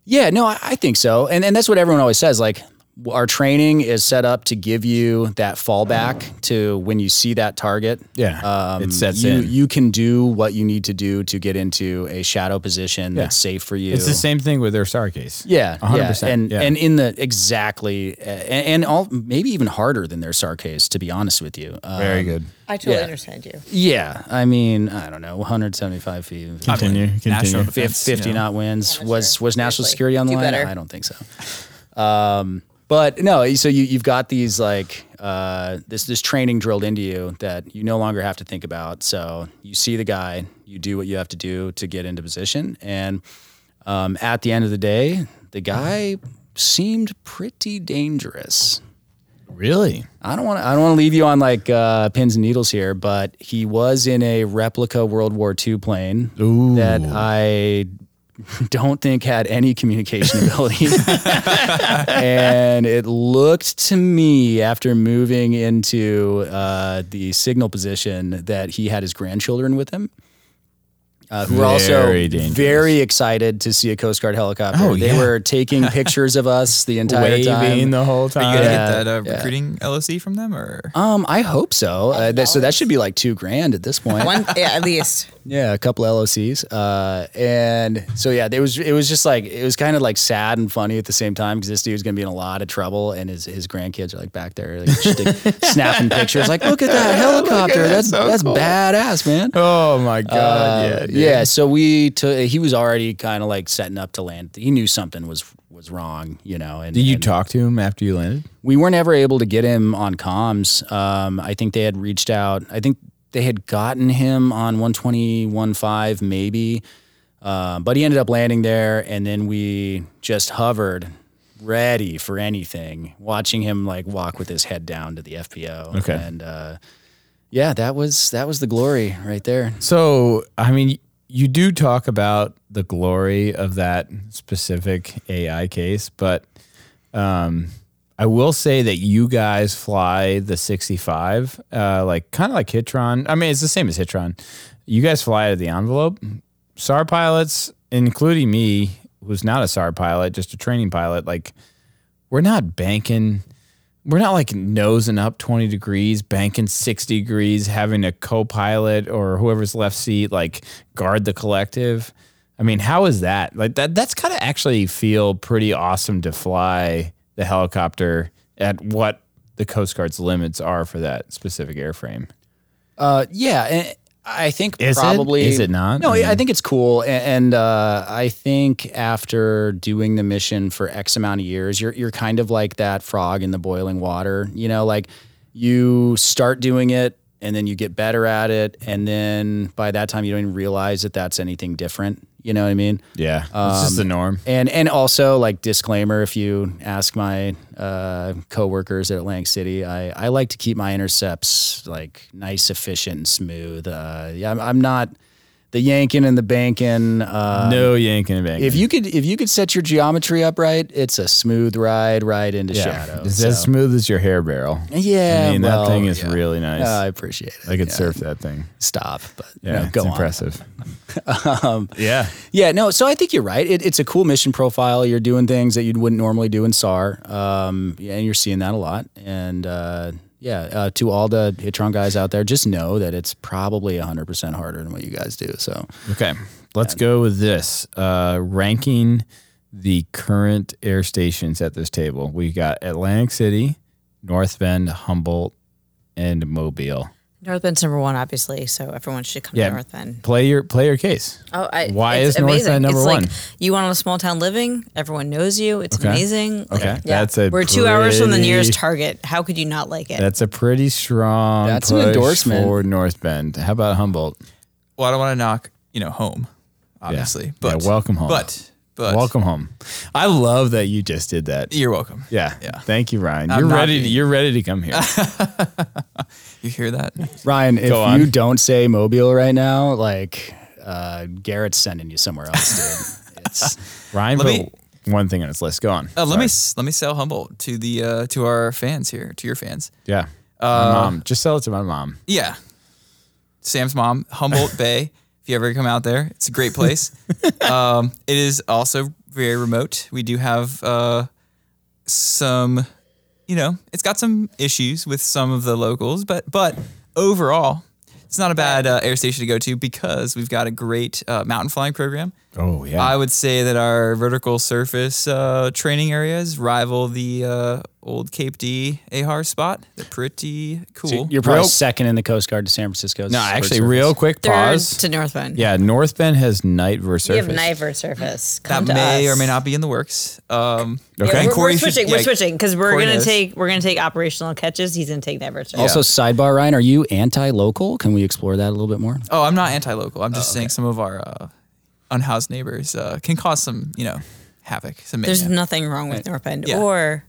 Speaker 2: yeah, no, I, I think so. And and that's what everyone always says. Like w- our training is set up to give you that fallback to when you see that target.
Speaker 1: Yeah,
Speaker 2: Um,
Speaker 1: it sets
Speaker 2: you,
Speaker 1: in.
Speaker 2: You can do what you need to do to get into a shadow position that's safe for you.
Speaker 1: It's the same thing with their star case.
Speaker 2: Yeah, yeah,
Speaker 1: 100%,
Speaker 2: and
Speaker 1: yeah.
Speaker 2: and in the exactly, a- and, and all maybe even harder than their SAR case, to be honest with you. Um,
Speaker 1: Very good.
Speaker 4: I totally
Speaker 2: Yeah.
Speaker 4: understand you.
Speaker 2: Yeah, I mean, I don't know, 175 feet,
Speaker 1: Continue. Continue.
Speaker 3: National
Speaker 2: fif-
Speaker 3: defense,
Speaker 2: 50
Speaker 3: you know.
Speaker 2: knot winds
Speaker 4: Yeah,
Speaker 2: was
Speaker 4: sure.
Speaker 2: was national
Speaker 4: Seriously.
Speaker 2: security on the
Speaker 4: Do
Speaker 2: line.
Speaker 4: better.
Speaker 2: I don't think so. Um, but no, so you you've got these like uh, this this training drilled into you that you no longer have to think about. So you see the guy, you do what you have to do to get into position, and um, at the end of the day, the guy seemed pretty dangerous.
Speaker 1: Really?
Speaker 2: I don't want to. I don't want to leave you on like uh, pins and needles here, but he was in a replica World War II plane
Speaker 1: Ooh.
Speaker 2: that I don't think had any communication ability, and it looked to me after moving into uh, the signal position that he had his grandchildren with him. Uh, who were also
Speaker 1: Very dangerous.
Speaker 2: very excited to see a Coast Guard helicopter.
Speaker 1: Oh,
Speaker 2: they
Speaker 1: yeah.
Speaker 2: were taking pictures of us the entire time.
Speaker 1: Waving the whole
Speaker 3: Are you gonna
Speaker 1: time.
Speaker 3: get that uh, recruiting LOC from them or?
Speaker 2: Um, I hope so. Uh, that, so that should be like two grand at this point.
Speaker 4: One, yeah, at least.
Speaker 2: yeah, a couple LOCs. Uh, and so yeah, it was it was just like it was kind of like sad and funny at the same time because this dude's gonna be in a lot of trouble, and his his grandkids are like back there like, just, like, snapping pictures, like look at that helicopter, that's that's badass, man.
Speaker 1: Oh my god. yeah.
Speaker 2: Uh,
Speaker 1: dude.
Speaker 2: yeah. So we took. He was already kind of like setting up to land. He knew something was was wrong, you know. And
Speaker 1: Did you
Speaker 2: and-
Speaker 1: talk to him after you landed?
Speaker 2: we weren't ever able to get him on comms. Um, I think they had reached out. I think they had gotten him on 121.5 maybe, um, but he ended up landing there, and then we just hovered, ready for anything, watching him like walk with his head down to the FPO.
Speaker 1: Okay.
Speaker 2: and uh, yeah, that was that was the glory right there.
Speaker 1: So, I mean, you do talk about the glory of that specific AI case, but um, I will say that you guys fly the 65, uh, like kind of like Hitron. I mean, it's the same as Hitron. You guys fly out of the envelope. SAR pilots, including me, who's not a SAR pilot, just a training pilot, like we're not banking we're not like nosing up 20 degrees, banking 60 degrees, having a co pilot or whoever's left seat like guard the collective. I mean, how is that? Like that that's gotta actually feel pretty awesome to fly the helicopter at what the Coast Guard's limits are for that specific airframe.
Speaker 2: Uh, yeah, and I think
Speaker 1: Is it?
Speaker 2: probably
Speaker 1: Is it not?
Speaker 2: No,
Speaker 1: I
Speaker 2: I,
Speaker 1: mean-
Speaker 2: think it's cool, a- and uh, I think after doing the mission for X amount of years, you're you're kind of like that frog in the boiling water. You know, like you start doing it, and then you get better at it, and then by that time, you don't even realize that that's anything different. You know what I mean?
Speaker 1: Yeah, it's
Speaker 2: Um,
Speaker 1: just the norm.
Speaker 2: And and also like disclaimer, if you ask my uh, coworkers at Atlantic City, I, I like to keep my intercepts like nice, efficient, and smooth. Uh, yeah, I'm, I'm not the yanking and the banking. Uh,
Speaker 1: no yanking and banking.
Speaker 2: If you could if you could set your geometry up right, it's a smooth ride right into
Speaker 1: yeah,
Speaker 2: shadow.
Speaker 1: it's
Speaker 2: so-
Speaker 1: as smooth as your hair barrel.
Speaker 2: yeah,
Speaker 1: I mean
Speaker 2: well,
Speaker 1: that thing is
Speaker 2: yeah.
Speaker 1: really nice.
Speaker 2: Uh, I appreciate it.
Speaker 1: I could
Speaker 2: Yeah.
Speaker 1: surf that thing.
Speaker 2: Stop, but
Speaker 1: Yeah,
Speaker 2: no, go
Speaker 1: it's
Speaker 2: on. Um,
Speaker 1: impressive. yeah,
Speaker 2: Yeah, no. So I think you're right. It, it's a cool mission profile. You're doing things that you wouldn't normally do in SAR, um, yeah, and you're seeing that a lot. And uh, yeah, uh, to all the Hitron guys out there, just know that it's probably 100% harder than what you guys do. So
Speaker 1: Okay, let's go with this. Uh, ranking the current air stations at this table. We got Atlantic City, North Bend, Humboldt, and Mobile.
Speaker 4: North Bend's number one, obviously, so everyone should come
Speaker 1: Yeah.
Speaker 4: to North Bend.
Speaker 1: Play your play your case.
Speaker 4: Oh, I,
Speaker 1: Why
Speaker 4: it's
Speaker 1: is North
Speaker 4: amazing.
Speaker 1: Bend number
Speaker 4: it's
Speaker 1: one?
Speaker 4: Like, you want a small town living? Everyone knows you. It's
Speaker 1: Okay.
Speaker 4: amazing. Like,
Speaker 1: Okay. That's a
Speaker 4: We're two hours from the nearest
Speaker 1: pretty-
Speaker 4: target. How could you not like it?
Speaker 1: That's a pretty strong.
Speaker 2: That's an
Speaker 1: push
Speaker 2: endorsement.
Speaker 1: for North Bend. How about Humboldt?
Speaker 3: Well, I don't want to knock, you know, home, obviously. But
Speaker 1: yeah, welcome home.
Speaker 3: But but
Speaker 1: welcome home. I love that you just did that.
Speaker 3: You're welcome.
Speaker 1: Yeah.
Speaker 3: Yeah.
Speaker 1: Thank you, Ryan.
Speaker 3: I'm
Speaker 1: you're
Speaker 3: not
Speaker 1: ready. To,
Speaker 3: being-
Speaker 1: you're ready to come here.
Speaker 3: You hear that?
Speaker 2: Ryan, if
Speaker 1: Go on.
Speaker 2: you don't say Mobile right now, like uh, Garrett's sending you somewhere else, dude. It's,
Speaker 1: Ryan put
Speaker 3: Let me-
Speaker 1: one thing on his list. Go on.
Speaker 3: Uh, let
Speaker 1: Sorry.
Speaker 3: me s- let me sell Humboldt to the uh, to our fans here, to your fans.
Speaker 1: Yeah.
Speaker 3: Uh,
Speaker 1: my mom. Just sell it to my mom.
Speaker 3: Yeah. Sam's mom, Humboldt Bay. If you ever come out there, it's a great place. um, it is also very remote. We do have uh, some, you know, it's got some issues with some of the locals, but but overall, it's not a bad uh, air station to go to because we've got a great uh, mountain flying program.
Speaker 1: Oh yeah.
Speaker 3: I would say that our vertical surface uh, training areas rival the uh, old Cape D AHAR spot. They're pretty cool.
Speaker 2: you're probably
Speaker 1: Real-
Speaker 2: second in the Coast Guard to San Francisco.
Speaker 1: no, actually, real quick
Speaker 4: Third
Speaker 1: pause.
Speaker 4: to North Bend.
Speaker 1: yeah, North Bend has night versus
Speaker 4: We have
Speaker 1: surface.
Speaker 4: Niver surface. Come
Speaker 3: that
Speaker 4: to
Speaker 3: may
Speaker 4: us.
Speaker 3: or may not be in the works. Um,
Speaker 1: Okay.
Speaker 4: Yeah,
Speaker 1: And
Speaker 4: we're,
Speaker 3: Corey
Speaker 4: we're
Speaker 3: should-
Speaker 4: switching.
Speaker 3: yeah,
Speaker 4: we're switching because we're
Speaker 3: Corey
Speaker 4: gonna
Speaker 3: knows.
Speaker 4: take we're gonna take operational catches. He's gonna take Niver surface.
Speaker 2: Also, sidebar, Ryan, are you anti-local? Can we explore that a little bit more?
Speaker 3: Oh, I'm not anti-local. I'm just saying some of our uh, unhoused neighbors uh, can cause some, you know, havoc. Some
Speaker 4: There's
Speaker 3: mayhem.
Speaker 4: nothing wrong with North Bend
Speaker 3: Yeah.
Speaker 4: or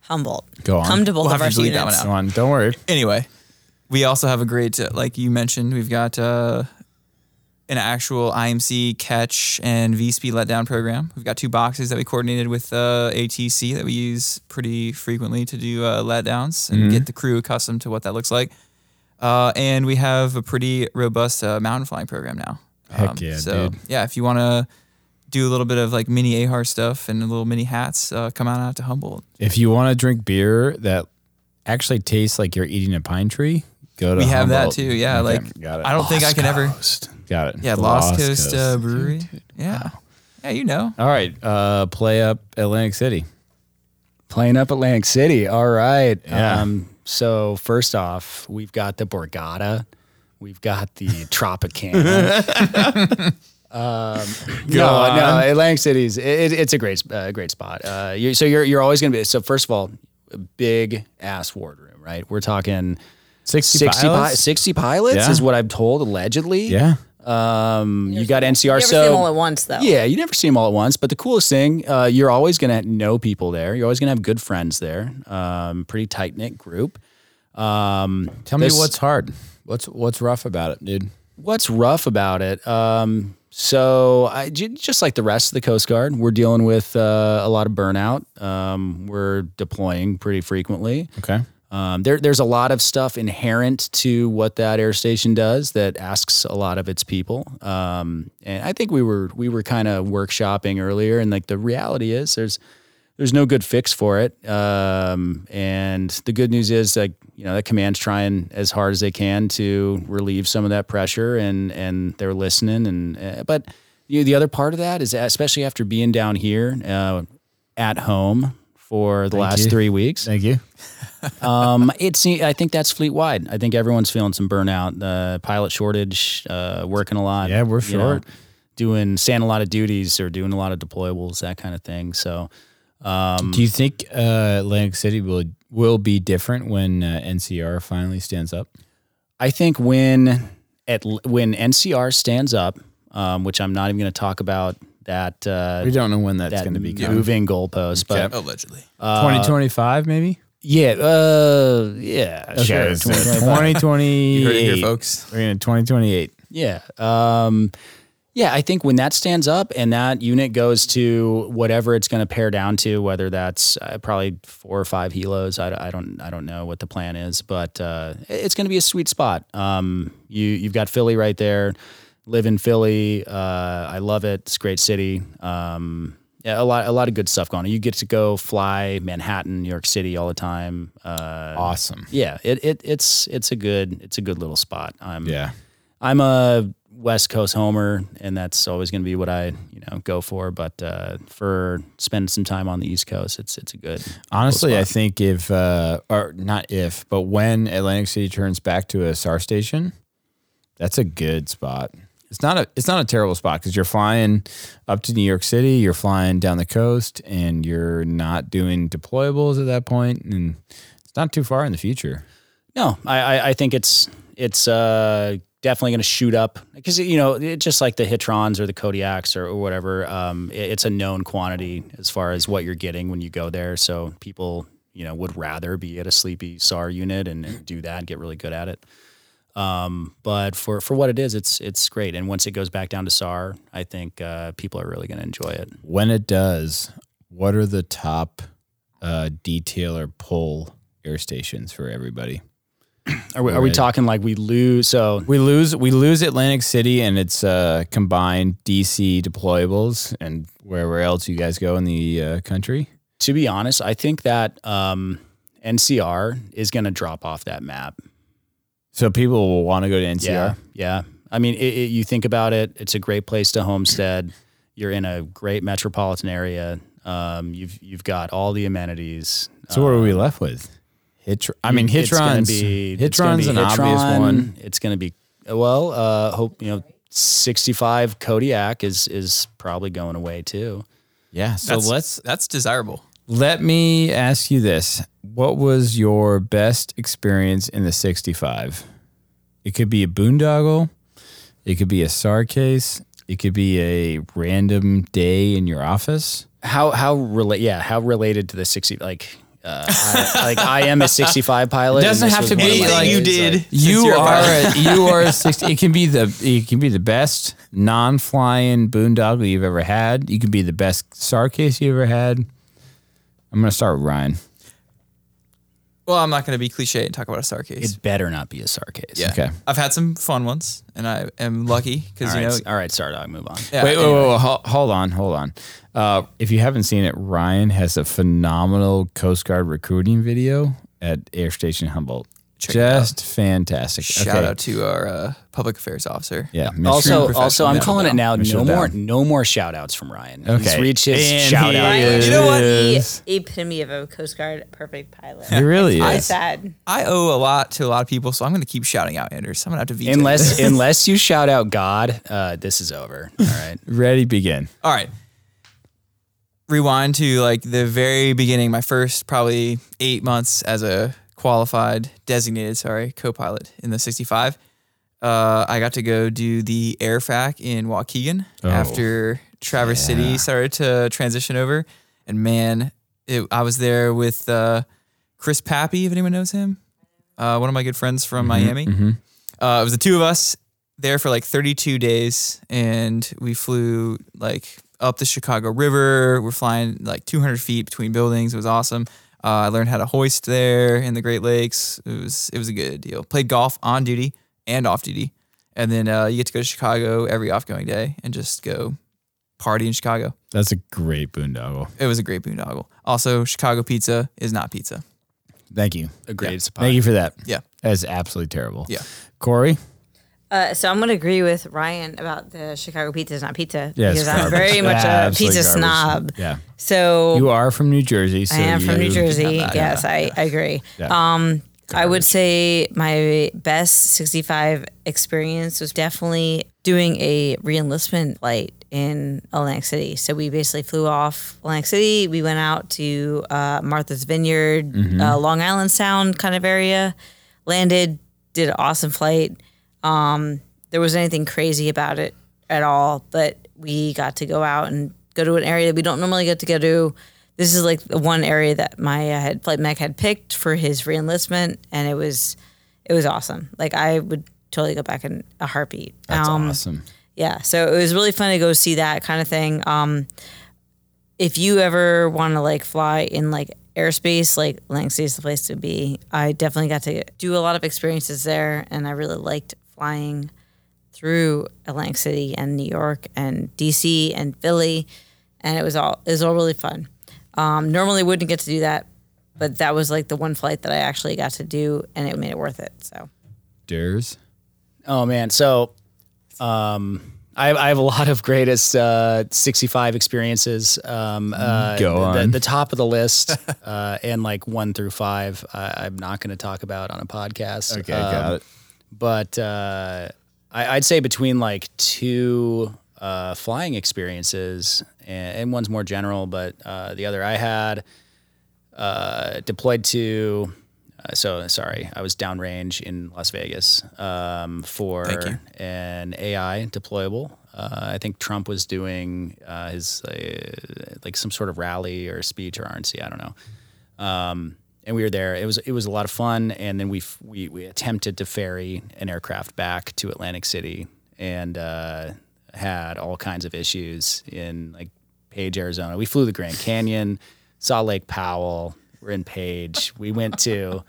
Speaker 4: Humboldt.
Speaker 1: Go on.
Speaker 4: Come to
Speaker 3: We'll
Speaker 4: both of
Speaker 3: have
Speaker 4: our
Speaker 3: to delete that
Speaker 4: units.
Speaker 3: one
Speaker 1: Come on, don't worry.
Speaker 3: anyway, we also have a great, uh, like you mentioned, we've got uh, an actual IMC catch and VSP letdown program. We've got two boxes that we coordinated with uh, ATC that we use pretty frequently to do uh, letdowns
Speaker 1: Mm-hmm.
Speaker 3: and get the crew accustomed to what that looks like. Uh, and we have a pretty robust uh, mountain flying program now. Um,
Speaker 1: Heck yeah,
Speaker 3: so,
Speaker 1: dude.
Speaker 3: Yeah, if you want to do a little bit of like mini AHAR stuff and little mini hats, uh, come on out to Humboldt.
Speaker 1: If you want to drink beer that actually tastes like you're eating a pine tree, go to.
Speaker 3: We have that
Speaker 1: Humboldt.
Speaker 3: too. Yeah,
Speaker 1: Okay,
Speaker 3: like
Speaker 1: got it.
Speaker 3: I don't think I can ever.
Speaker 1: got it.
Speaker 3: Yeah,
Speaker 1: The
Speaker 3: Lost, Coast, Uh, Brewery. yeah. Yeah, you know.
Speaker 1: All right, uh, play up Atlantic City.
Speaker 2: Playing up Atlantic City. All right.
Speaker 1: Yeah.
Speaker 2: Um, so first off, we've got the Borgata. We've got the Tropicana. um, no,
Speaker 1: on.
Speaker 2: no, Atlantic City's it, it's a great, uh, great spot. Uh, you, so you're you're always gonna be. So first of all, a big ass ward room, right? We're talking
Speaker 1: 60
Speaker 2: sixty
Speaker 1: pilots?
Speaker 2: pi- sixty pilots
Speaker 1: Yeah.
Speaker 2: is what I'm told allegedly.
Speaker 1: Yeah.
Speaker 2: Um, you got NCR.
Speaker 4: You never
Speaker 2: so
Speaker 4: see them all at once though.
Speaker 2: yeah, you never see them all at once. But the coolest thing, uh, you're always going to know people there. You're always going to have good friends there. Um, pretty tight knit group. Um,
Speaker 1: Tell
Speaker 2: this-
Speaker 1: me what's hard. What's what's rough about it, dude?
Speaker 2: what's rough about it. Um, so I, j- just like the rest of the Coast Guard, we're dealing with uh, a lot of burnout. Um, we're deploying pretty frequently.
Speaker 1: Okay.
Speaker 2: Um, there, there's a lot of stuff inherent to what that air station does that asks a lot of its people. Um, and I think we were we were kind of workshopping earlier, and like the reality is there's there's no good fix for it. Um, and the good news is like you know the command's trying as hard as they can to relieve some of that pressure, and and they're listening. And uh, but you know, the other part of that is especially after being down here uh, at home for the last
Speaker 1: you.
Speaker 2: three weeks.
Speaker 1: Thank you.
Speaker 2: Um, it's I think that's fleet wide. I think everyone's feeling some burnout. The pilot shortage, uh, working a lot.
Speaker 1: Yeah, we're
Speaker 2: you know,
Speaker 1: short.
Speaker 2: doing saying a lot of duties or doing a lot of deployables, that kind of thing. So um,
Speaker 1: Do you think uh, Atlantic City will will be different when uh, NCR finally stands up?
Speaker 2: I think when at when NCR stands up, um, which I'm not even going to talk about that uh,
Speaker 1: We don't know when that's
Speaker 2: that
Speaker 1: going to be. coming.
Speaker 2: moving goalpost, but
Speaker 3: Allegedly.
Speaker 2: uh,
Speaker 1: 2025 maybe.
Speaker 2: yeah, uh, yeah, sure,
Speaker 1: Okay, so
Speaker 2: 2025.
Speaker 1: 2028.
Speaker 3: You heard it here, folks.
Speaker 1: We're in 2028.
Speaker 2: Yeah. Um, yeah, I think when that stands up and that unit goes to whatever it's going to pare down to, whether that's uh, probably four or five helos, I, I don't, I don't know what the plan is, but uh, it's going to be a sweet spot. Um, you, you've got Philly right there. Live in Philly. Uh, I love it. It's a great city. Um, yeah, a lot, a lot of good stuff going on. You get to go fly Manhattan, New York City all the time. Uh,
Speaker 1: Awesome.
Speaker 2: Yeah, it, it, it's, it's a good, it's a good little spot. I'm,
Speaker 1: Yeah.
Speaker 2: I'm a West Coast homer, and that's always going to be what I you know go for. But uh, for spending some time on the East Coast, it's it's a good.
Speaker 1: Honestly, I think if uh, or not if, but when Atlantic City turns back to a SAR station, that's a good spot. It's not a it's not a terrible spot because you're flying up to New York City, you're flying down the coast, and you're not doing deployables at that point, and it's not too far in the future.
Speaker 2: No, I I, I think it's it's uh, definitely going to shoot up because you know it, just like the Hitrons or the Kodiaks or, or whatever. Um, it- it's a known quantity as far as what you're getting when you go there. So people you know would rather be at a sleepy SAR unit and, and do that, get really good at it. Um, but for, for what it is, it's it's great. And once it goes back down to SAR, I think uh, people are really going to enjoy it.
Speaker 1: When it does, what are the top uh, detailer pull air stations for everybody?
Speaker 2: Are we, are we talking like we lose? So
Speaker 1: We lose we lose Atlantic City and its uh, combined DC deployables and wherever else you guys go in the uh, country.
Speaker 2: to be honest, I think that um, NCR is going to drop off that map.
Speaker 1: So people will want to go to NCR.
Speaker 2: Yeah, yeah. I mean, it, it, you think about it; it's a great place to homestead. You're in a great metropolitan area. Um, you've you've got all the amenities.
Speaker 1: So what are we left with? Hitr- I mean
Speaker 2: Uh, It's gonna
Speaker 1: Hitron's
Speaker 2: be- it's gonna
Speaker 1: Hitron's
Speaker 2: be
Speaker 1: an obvious
Speaker 2: Hitron.
Speaker 1: one.
Speaker 2: It's going to be well. Uh, hope you know. 65 Kodiak is is probably going away too.
Speaker 1: Yeah. So
Speaker 3: That's,
Speaker 1: let's
Speaker 3: That's desirable.
Speaker 1: let me ask you this. What was your best experience in the 65? It could be a boondoggle, it could be a SAR case, it could be a random day in your office.
Speaker 2: how how relate yeah how related to the 60 like uh, I, like I am a 65 pilot.
Speaker 1: It doesn't
Speaker 2: and this
Speaker 1: have
Speaker 2: was
Speaker 1: to
Speaker 2: one of
Speaker 1: be
Speaker 2: my
Speaker 1: like-
Speaker 2: days,
Speaker 1: You
Speaker 3: did. Since
Speaker 1: You
Speaker 3: you're a
Speaker 1: are
Speaker 3: pilot.
Speaker 1: a, you are a 60 it can be the it can be the best non-flying boondoggle you've ever had. You could be the best SAR case you ever had. I'm going to start with Ryan.
Speaker 3: Well, I'm not going to be cliche and talk about a star case.
Speaker 2: It better not be a SAR case.
Speaker 3: yeah.
Speaker 1: okay.
Speaker 3: I've had some fun ones, and I am lucky because
Speaker 2: All right,
Speaker 3: you know.
Speaker 2: all right, Sardog, move on.
Speaker 3: yeah,
Speaker 1: wait, wait,
Speaker 3: anyway.
Speaker 1: wait, wait, hol- hold on, hold on. Uh, if you haven't seen it, Ryan has a phenomenal Coast Guard recruiting video at Air Station Humboldt.
Speaker 3: Check it
Speaker 1: Just fantastic.
Speaker 3: Shout out to our uh, public affairs officer.
Speaker 1: Yeah. Mr.
Speaker 2: Also,
Speaker 3: professional
Speaker 2: also, I'm
Speaker 3: now.
Speaker 2: calling it now.
Speaker 1: Mr.
Speaker 2: No
Speaker 1: Down.
Speaker 2: more, no more shout outs from Ryan. He's
Speaker 1: Okay.
Speaker 2: reached his
Speaker 1: And
Speaker 2: shout
Speaker 1: he
Speaker 2: out.
Speaker 1: is-
Speaker 4: Ryan
Speaker 1: You
Speaker 4: you
Speaker 1: know
Speaker 4: know
Speaker 1: what?
Speaker 4: the epitome of a Coast Guard perfect pilot.
Speaker 1: He really
Speaker 4: It's really
Speaker 1: is.
Speaker 4: sad.
Speaker 3: I owe a lot to a lot of people, so I'm going to keep shouting out Anders. I'm going to have to veto.
Speaker 2: Unless, unless you shout out God, uh, this is over. All right.
Speaker 1: Ready, begin.
Speaker 3: All right. Rewind to like the very beginning, my first probably eight months as a qualified, designated, sorry, co pilot in the 65. Uh, I got to go do the airfac in Waukegan after Traverse City started to transition over. And man, it, I was there with uh, Chris Pappy, if anyone knows him, uh, one of my good friends from Miami. Uh, it was the two of us there for like 32 days, and we flew like up the Chicago River. We're flying like 200 feet between buildings. It was awesome. Uh, I learned how to hoist there in the Great Lakes. It was it was a good deal. Played golf on duty and off duty, and then uh, you get to go to Chicago every off going day and just go party in Chicago.
Speaker 1: That's a great boondoggle.
Speaker 3: It was a great boondoggle. Also, Chicago pizza is not pizza.
Speaker 1: Thank you.
Speaker 2: Agreed. It's a
Speaker 1: Thank you for that.
Speaker 3: Yeah.
Speaker 1: That's absolutely terrible.
Speaker 3: Yeah.
Speaker 1: Corey,
Speaker 4: Uh, so I'm going to agree with Ryan about the Chicago pizza is not pizza
Speaker 1: Yeah, it's
Speaker 4: because I'm
Speaker 1: garbage.
Speaker 4: very much
Speaker 1: Yeah,
Speaker 4: a
Speaker 1: absolute
Speaker 4: pizza
Speaker 1: garbage.
Speaker 4: snob.
Speaker 1: Yeah.
Speaker 4: So
Speaker 1: You are from New Jersey. So
Speaker 4: I am from
Speaker 1: you-
Speaker 4: New Jersey.
Speaker 3: Yeah.
Speaker 4: yes, I, I agree.
Speaker 1: Yeah.
Speaker 4: Um, I would say my best 65 experience was definitely doing a reenlistment flight in Atlantic City. So we basically flew off Atlantic City. We went out to uh, Martha's Vineyard,
Speaker 1: Mm-hmm.
Speaker 4: uh, Long Island Sound kind of area, landed, did an awesome flight. Um, there wasn't anything crazy about it at all, but we got to go out and go to an area that we don't normally get to go to. This is like the one area that my uh, head, flight mech had picked for his reenlistment, and it was it was awesome. Like I would totally go back in a heartbeat.
Speaker 1: That's
Speaker 4: Um,
Speaker 1: awesome.
Speaker 4: yeah so it was really fun to go see that kind of thing um if you ever want to like fly in like airspace like langsea is the place to be i definitely got to do a lot of experiences there and i really liked flying through atlantic city and new york and dc and philly and it was all it was all really fun um normally wouldn't get to do that but that was like the one flight that i actually got to do and it made it worth it so
Speaker 3: Uh,
Speaker 1: Durs.
Speaker 2: Oh man, so um, I, I have a lot of greatest uh, 65 experiences. Um, uh,
Speaker 1: Go
Speaker 2: the- The,
Speaker 1: on.
Speaker 2: the top of the list, uh, and like one through five, I, I'm not going to talk about on a podcast.
Speaker 1: Okay,
Speaker 2: Um,
Speaker 1: got it.
Speaker 2: But uh, I, I'd say between like two uh, flying experiences, and, and one's more general, but uh, the other I had uh, deployed to. Uh, so sorry, I was downrange in Las Vegas um, for an AI deployable. Uh, I think Trump was doing uh, his uh, like some sort of rally or speech or RNC. I don't know Um, and we were there. It was it was a lot of fun, and then we f- we, we attempted to ferry an aircraft back to Atlantic City, and uh, had all kinds of issues in like Page, Arizona. We flew the Grand Canyon, saw Lake Powell. We're in Page. We went to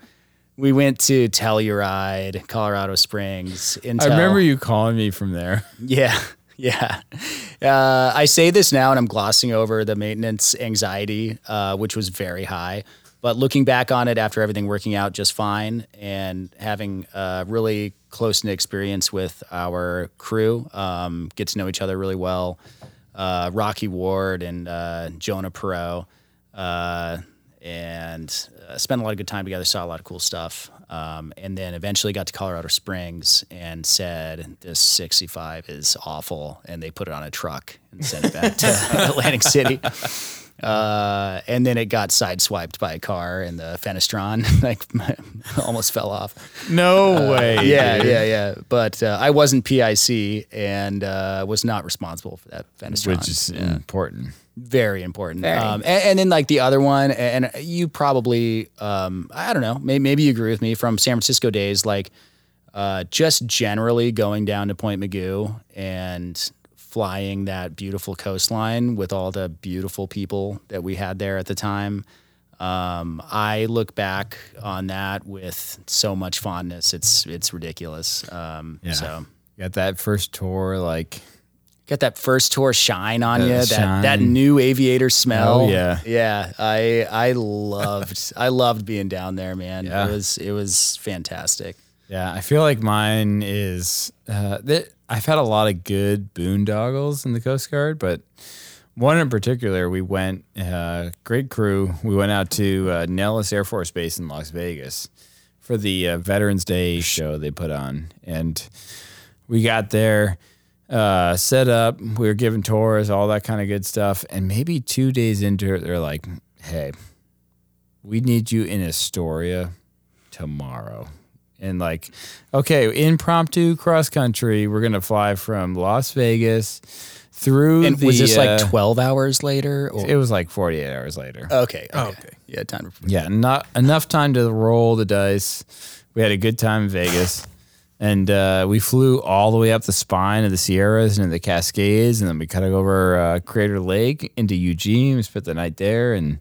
Speaker 2: we went to Telluride, Colorado Springs.
Speaker 1: I
Speaker 2: Intel.
Speaker 1: remember you calling me from there.
Speaker 2: Yeah. Yeah. Uh, I say this now and I'm glossing over the maintenance anxiety, uh, which was very high. But looking back on it after everything working out just fine and having a really close knit experience with our crew, um, get to know each other really well. Uh, Rocky Ward and uh, Jonah Perot. Uh, and uh, spent a lot of good time together, saw a lot of cool stuff. Um, and then eventually got to Colorado Springs and said, This 65 is awful. And they put it on a truck and sent it back to Atlantic City. Uh, and then it got sideswiped by a car and the Fenestron like almost fell off
Speaker 1: No way.
Speaker 2: yeah,
Speaker 1: dude.
Speaker 2: yeah, yeah. But uh, I wasn't PIC and uh, was not responsible for that Fenestron.
Speaker 1: Which is important.
Speaker 2: very important.
Speaker 4: Very.
Speaker 2: Um, and, and then like the other one, and and you probably, um, I don't know, maybe, maybe you agree with me from San Francisco days, like uh, just generally going down to Point Magoo and flying that beautiful coastline with all the beautiful people that we had there at the time. Um, I look back on that with so much fondness. It's it's ridiculous. Um,
Speaker 1: Yeah.
Speaker 2: So
Speaker 1: Got that first tour, like
Speaker 2: Got that first tour shine on
Speaker 1: That
Speaker 2: you. That that
Speaker 1: shine.
Speaker 2: new aviator smell.
Speaker 1: Oh, yeah.
Speaker 2: yeah. I I loved I loved being down there, man.
Speaker 1: Yeah.
Speaker 2: It was it was fantastic.
Speaker 1: Yeah, I feel like mine is. Uh, th- I've had a lot of good boondoggles in the Coast Guard, but one in particular, we went, uh, great crew, we went out to uh, Nellis Air Force Base in Las Vegas for the uh, Veterans Day show they put on. And we got there, uh, set up, we were given tours, all that kind of good stuff. And maybe two days into it, they're like, hey, we need you in Astoria tomorrow. And like, okay, impromptu cross country, we're gonna fly from Las Vegas through
Speaker 2: And
Speaker 1: the.
Speaker 2: was this
Speaker 1: uh,
Speaker 2: like twelve hours later? Or?
Speaker 1: it was like 48 hours later.
Speaker 2: okay, okay. Yeah, time. For,
Speaker 1: yeah, not enough time to roll the dice. We had a good time in Vegas. And uh, we flew all the way up the spine of the Sierras and the Cascades, and then we cut over uh, Crater Lake into Eugene. We spent the night there, and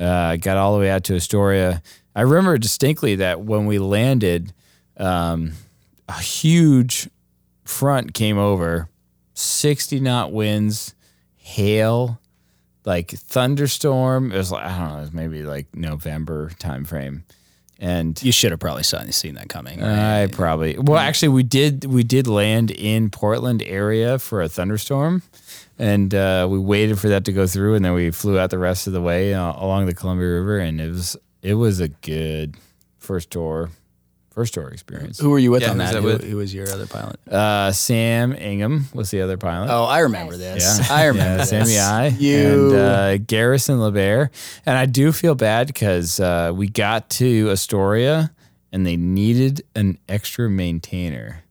Speaker 1: uh, got all the way out to Astoria. I remember distinctly that when we landed, um, a huge front came over, 60 knot winds, hail, like thunderstorm. It was like, I don't know, it was maybe like November timeframe. and
Speaker 2: You should have probably seen seen that coming. right?
Speaker 1: I probably well actually we did we did land in Portland area for a thunderstorm, and uh, we waited for that to go through, and then we flew out the rest of the way uh, along the Columbia River, and it was it was a good first tour, first tour experience.
Speaker 2: Who were you with
Speaker 3: Yeah,
Speaker 2: on
Speaker 3: who was
Speaker 2: that?
Speaker 3: that
Speaker 2: Who,
Speaker 3: with?
Speaker 2: who was your other pilot?
Speaker 1: Uh, Sam Ingham was the other pilot.
Speaker 2: Oh, I remember this. I remember
Speaker 1: yeah,
Speaker 2: this.
Speaker 1: Sammy I
Speaker 2: You-
Speaker 1: and uh, Garrison LeBaire. And I do feel bad because uh, we got to Astoria and they needed an extra maintainer.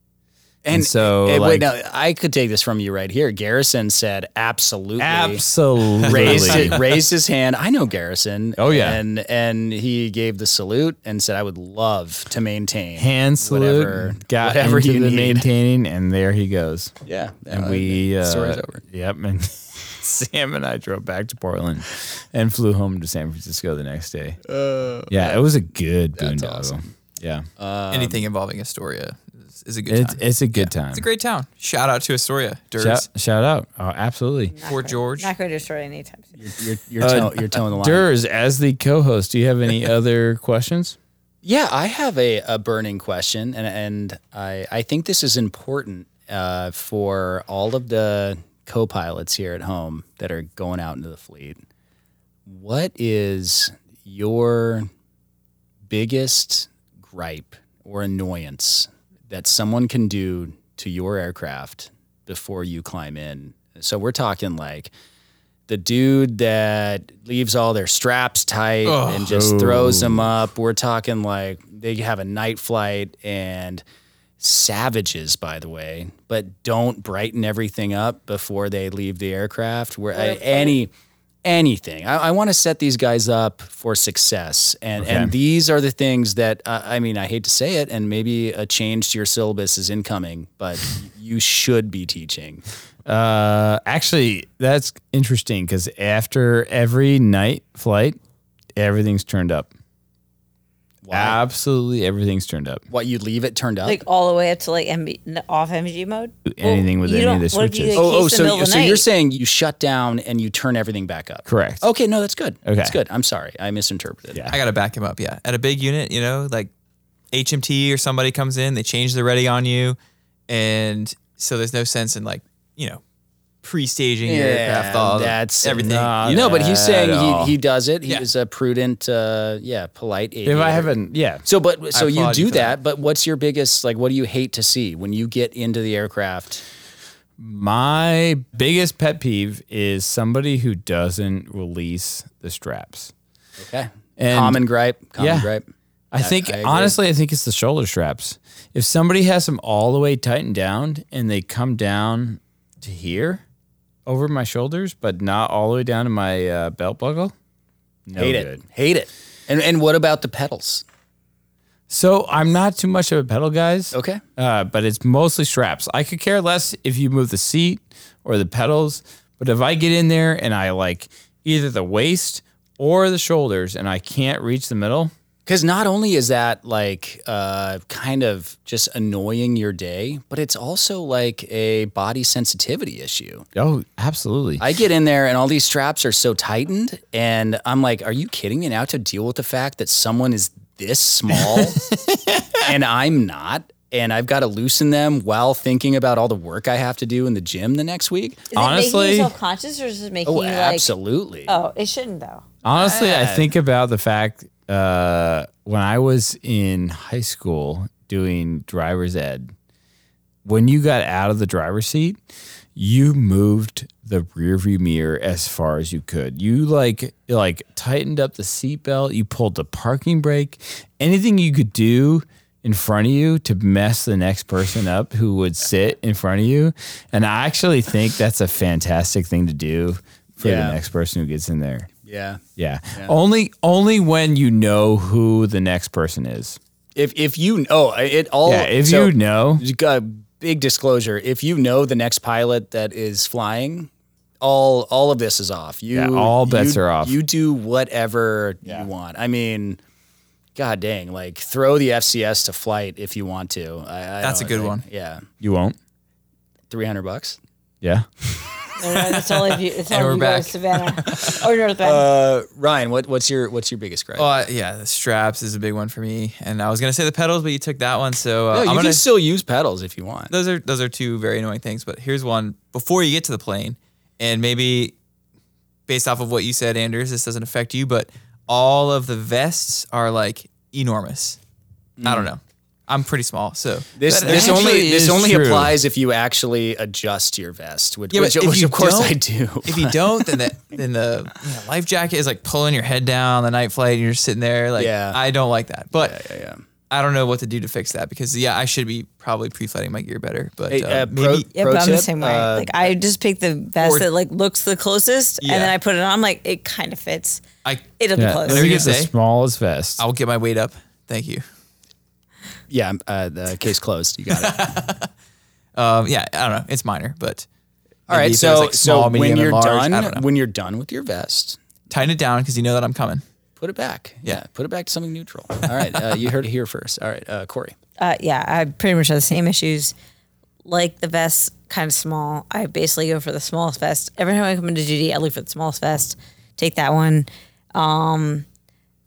Speaker 1: And, so,
Speaker 2: Hey,
Speaker 1: like,
Speaker 2: wait, no, I could take this from you right here. Garrison said, "Absolutely,
Speaker 1: absolutely.
Speaker 2: raised it, raised his hand. I know Garrison.
Speaker 1: Oh, yeah.
Speaker 2: and and he gave the salute and said, "I would love to maintain."
Speaker 1: Hand salute,
Speaker 2: Whatever-
Speaker 1: got
Speaker 2: whatever
Speaker 1: into
Speaker 2: you
Speaker 1: the
Speaker 2: need.
Speaker 1: maintaining, and there he goes.
Speaker 2: yeah,
Speaker 1: And
Speaker 2: Uh,
Speaker 1: we, uh,
Speaker 2: story's over.
Speaker 1: Yep, and Sam and I drove back to Portland and flew home to San Francisco the next day.
Speaker 2: Uh,
Speaker 1: yeah, it was a good boondoggle. Yeah,
Speaker 3: Anything involving Astoria is, is a good
Speaker 1: Um, it's
Speaker 3: time.
Speaker 1: it's a good time.
Speaker 3: It's a great town. Shout out to Astoria, Durs,
Speaker 1: Shout, shout out. Oh, absolutely.
Speaker 3: Fort George.
Speaker 4: Not going to destroy anytime soon.
Speaker 2: You're you're,
Speaker 1: Uh,
Speaker 2: toe- you're towing the line.
Speaker 1: Durs, as the co host, do you have any other questions?
Speaker 2: Yeah, I have a, a burning question, and and I I think this is important uh, for all of the co-pilots here at home that are going out into the fleet. What is your biggest gripe or annoyance that someone can do to your aircraft before you climb in? So we're talking like the dude that leaves all their straps tight and just throws them up. We're talking like they have a night flight and savages, by the way, but don't brighten everything up before they leave the aircraft. Where a- any anything, I, I want to set these guys up for success, and and these are the things that uh, I mean. I hate to say it, and maybe a change to your syllabus is incoming, but you should be teaching.
Speaker 1: Uh, actually, that's interesting because after every night flight, everything's turned up.
Speaker 2: Why?
Speaker 1: Absolutely everything's turned up.
Speaker 2: what you leave it turned up?
Speaker 4: Like all the way up to like MB, n- off MG mode.
Speaker 1: Anything with
Speaker 4: you
Speaker 1: any of
Speaker 4: don't-
Speaker 1: the
Speaker 4: what if you,
Speaker 1: switches.
Speaker 4: like,
Speaker 2: Oh,
Speaker 4: case
Speaker 2: oh,
Speaker 4: the middle
Speaker 2: so,
Speaker 4: of the
Speaker 2: so you're
Speaker 4: night?
Speaker 2: saying you shut down and you turn everything back up?
Speaker 1: Correct.
Speaker 2: Okay, no, that's good.
Speaker 1: Okay.
Speaker 2: That's good. I'm sorry. I misinterpreted.
Speaker 1: Yeah.
Speaker 3: I gotta back him up. Yeah, at a big unit, you know, like HMT or somebody comes in, they change the ready on you, and so there's no sense in like you know pre-staging your aircraft. All the-
Speaker 2: that's
Speaker 3: everything.
Speaker 1: not-
Speaker 3: you
Speaker 2: No,
Speaker 3: know?
Speaker 2: but he's saying
Speaker 1: At all.
Speaker 2: he, he does it. He
Speaker 3: Yeah.
Speaker 2: is a prudent, uh, yeah, polite.
Speaker 1: If
Speaker 2: aviator.
Speaker 1: I haven't, yeah.
Speaker 2: so, but so you
Speaker 3: applaud you
Speaker 2: do
Speaker 3: for
Speaker 2: that. But what's your biggest like? What do you hate to see when you get into the aircraft?
Speaker 1: My biggest pet peeve is somebody who doesn't release the straps.
Speaker 2: Okay,
Speaker 1: And-
Speaker 2: common gripe. Common
Speaker 1: Yeah.
Speaker 2: gripe.
Speaker 1: I think
Speaker 2: agree.
Speaker 1: honestly, I think it's the shoulder straps. If somebody has them all the way tightened down and they come down to here over my shoulders, but not all the way down to my uh, belt buckle, no
Speaker 2: Hate
Speaker 1: good.
Speaker 2: it. Hate it. And and what about the pedals?
Speaker 1: So I'm not too much of a pedal, guys.
Speaker 2: Okay.
Speaker 1: uh, but it's mostly straps. I could care less if you move the seat or the pedals, but if I get in there and I like either the waist or the shoulders and I can't reach the middle,
Speaker 2: Because not only is that like uh, kind of just annoying your day, but it's also like a body sensitivity issue.
Speaker 1: oh, absolutely.
Speaker 2: I get in there and all these straps are so tightened, and I'm like, are you kidding me? Now I have to deal with the fact that someone is this small and I'm not. And I've got to loosen them while thinking about all the work I have to do in the gym the next week.
Speaker 4: Is it
Speaker 1: Honestly-
Speaker 4: making yourself conscious or is it making
Speaker 2: Oh,
Speaker 4: you like?
Speaker 2: absolutely.
Speaker 4: Oh, it shouldn't though.
Speaker 1: Honestly, I think about the fact uh, when I was in high school doing driver's ed, when you got out of the driver's seat, you moved the rearview mirror as far as you could. You like like tightened up the seatbelt, you pulled the parking brake, anything you could do in front of you to mess the next person up who would sit in front of you. And I actually think that's a fantastic thing to do for
Speaker 2: Yeah.
Speaker 1: the next person who gets in there.
Speaker 2: Yeah.
Speaker 1: Yeah. Only only when you know who the next person is.
Speaker 2: If, if you, oh, it all.
Speaker 1: Yeah, if
Speaker 2: so-
Speaker 1: you know.
Speaker 2: You got a big disclosure. If you know the next pilot that is flying, all all of this is off. You
Speaker 1: Yeah, all bets
Speaker 2: you-
Speaker 1: are off.
Speaker 2: You do whatever you want. I mean, god dang, like throw the FCS to flight if you want to. I, I
Speaker 3: That's a
Speaker 2: don't-
Speaker 3: good
Speaker 2: like,
Speaker 3: one.
Speaker 2: Yeah,
Speaker 1: You won't.
Speaker 2: three hundred bucks.
Speaker 1: Yeah.
Speaker 4: No, no, that's all of you. That's all
Speaker 3: And
Speaker 4: of
Speaker 3: we're
Speaker 4: you guys,
Speaker 3: back.
Speaker 4: Savannah or North Bend.
Speaker 2: Uh, Ryan, what, what's your what's your biggest gripe?
Speaker 3: Well, I- uh, yeah, the straps is a big one for me, and I was gonna say the pedals, but you took that one, so uh,
Speaker 2: No, you
Speaker 3: I'm
Speaker 2: can
Speaker 3: gonna.
Speaker 2: still use pedals if you want.
Speaker 3: those are those are two very annoying things. But here's one before you get to the plane, and maybe based off of what you said, Anders, this doesn't affect you, but all of the vests are like enormous. I don't know. I'm pretty small, so
Speaker 2: Mm. This,
Speaker 3: That-
Speaker 2: this
Speaker 1: actually
Speaker 2: only this
Speaker 1: is
Speaker 2: only
Speaker 1: true.
Speaker 2: applies if you actually adjust your vest, which,
Speaker 3: Yeah, but
Speaker 2: which,
Speaker 3: if
Speaker 2: which
Speaker 3: you
Speaker 2: of course I
Speaker 3: don't-
Speaker 2: do.
Speaker 3: if you don't, then the then the you know, life jacket is like pulling your head down the night flight, and you're sitting there like
Speaker 2: Yeah.
Speaker 3: I don't like that. But
Speaker 2: yeah, Uh, yeah.
Speaker 3: I don't know what to do to fix that because yeah, I should be probably pre-flighting my gear better, but
Speaker 2: Hey,
Speaker 3: uh,
Speaker 2: uh,
Speaker 3: maybe
Speaker 2: pro-
Speaker 4: yeah,
Speaker 2: pro
Speaker 4: but I'm the
Speaker 2: tip,
Speaker 4: same way.
Speaker 2: uh,
Speaker 4: like I just pick the vest
Speaker 3: or-
Speaker 4: that like looks the closest, and then
Speaker 3: Yeah.
Speaker 4: I put it on. like it kind of fits.
Speaker 3: I
Speaker 4: It'll be
Speaker 1: Yeah,
Speaker 4: close.
Speaker 1: let me
Speaker 3: you
Speaker 1: get the
Speaker 3: say.
Speaker 1: smallest vest.
Speaker 3: I'll get my weight up. Thank you.
Speaker 2: yeah, uh, the case closed. You got it.
Speaker 3: Um, yeah, I don't know. It's minor, but
Speaker 2: All
Speaker 3: maybe
Speaker 2: right,
Speaker 3: if there's,
Speaker 2: so
Speaker 3: like,
Speaker 2: so
Speaker 3: small, medium,
Speaker 2: when
Speaker 3: and
Speaker 2: you're
Speaker 3: large, I don't know.
Speaker 2: done, when you're done with your vest,
Speaker 3: tighten it down because you know that I'm coming.
Speaker 2: put it back.
Speaker 3: Yeah.
Speaker 2: put it back to something neutral. All right, uh, you heard it here first. All right, uh, Corey.
Speaker 4: uh, yeah, I pretty much have the same issues. Like the vest, kind of small. I basically go for the smallest vest. Every time I come into duty, I look for the smallest vest. Take that one. Um,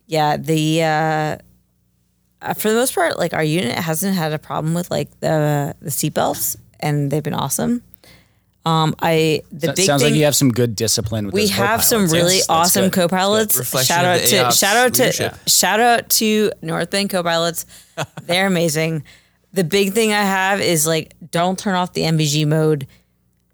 Speaker 4: yeah, the uh, uh, for the most part, like our unit hasn't had a problem with like the the seatbelts, and they've been awesome. Um, I the
Speaker 2: That
Speaker 4: big
Speaker 2: sounds
Speaker 4: thing
Speaker 2: like you have some good discipline with
Speaker 4: we
Speaker 2: those
Speaker 4: have
Speaker 2: co-pilots.
Speaker 4: some really
Speaker 2: Yes, that's
Speaker 4: awesome
Speaker 2: good.
Speaker 4: co-pilots.
Speaker 3: Reflection
Speaker 4: Shout
Speaker 3: of
Speaker 4: out
Speaker 3: the
Speaker 4: to
Speaker 3: AOP's
Speaker 4: shout out to
Speaker 3: leadership.
Speaker 4: shout out to North Bend co-pilots. They're amazing. The big thing I have is like don't turn off the MVG mode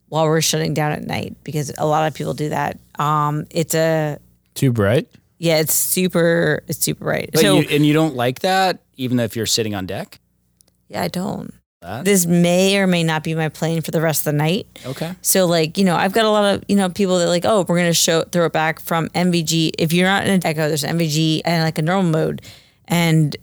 Speaker 4: while we're shutting down at night because a lot of people do that. Um, it's a
Speaker 1: Too bright?
Speaker 4: yeah, it's super it's super bright.
Speaker 2: But
Speaker 4: so
Speaker 2: you, and you don't like that, even if you're sitting on deck.
Speaker 4: yeah, I don't.
Speaker 2: That?
Speaker 4: This may or may not be my plane for the rest of the night.
Speaker 2: Okay.
Speaker 4: So like, you know, I've got a lot of, you know, people that like, oh, we're gonna show throw it back from MVG. If you're not in a deco, there's MVG and like a normal mode. And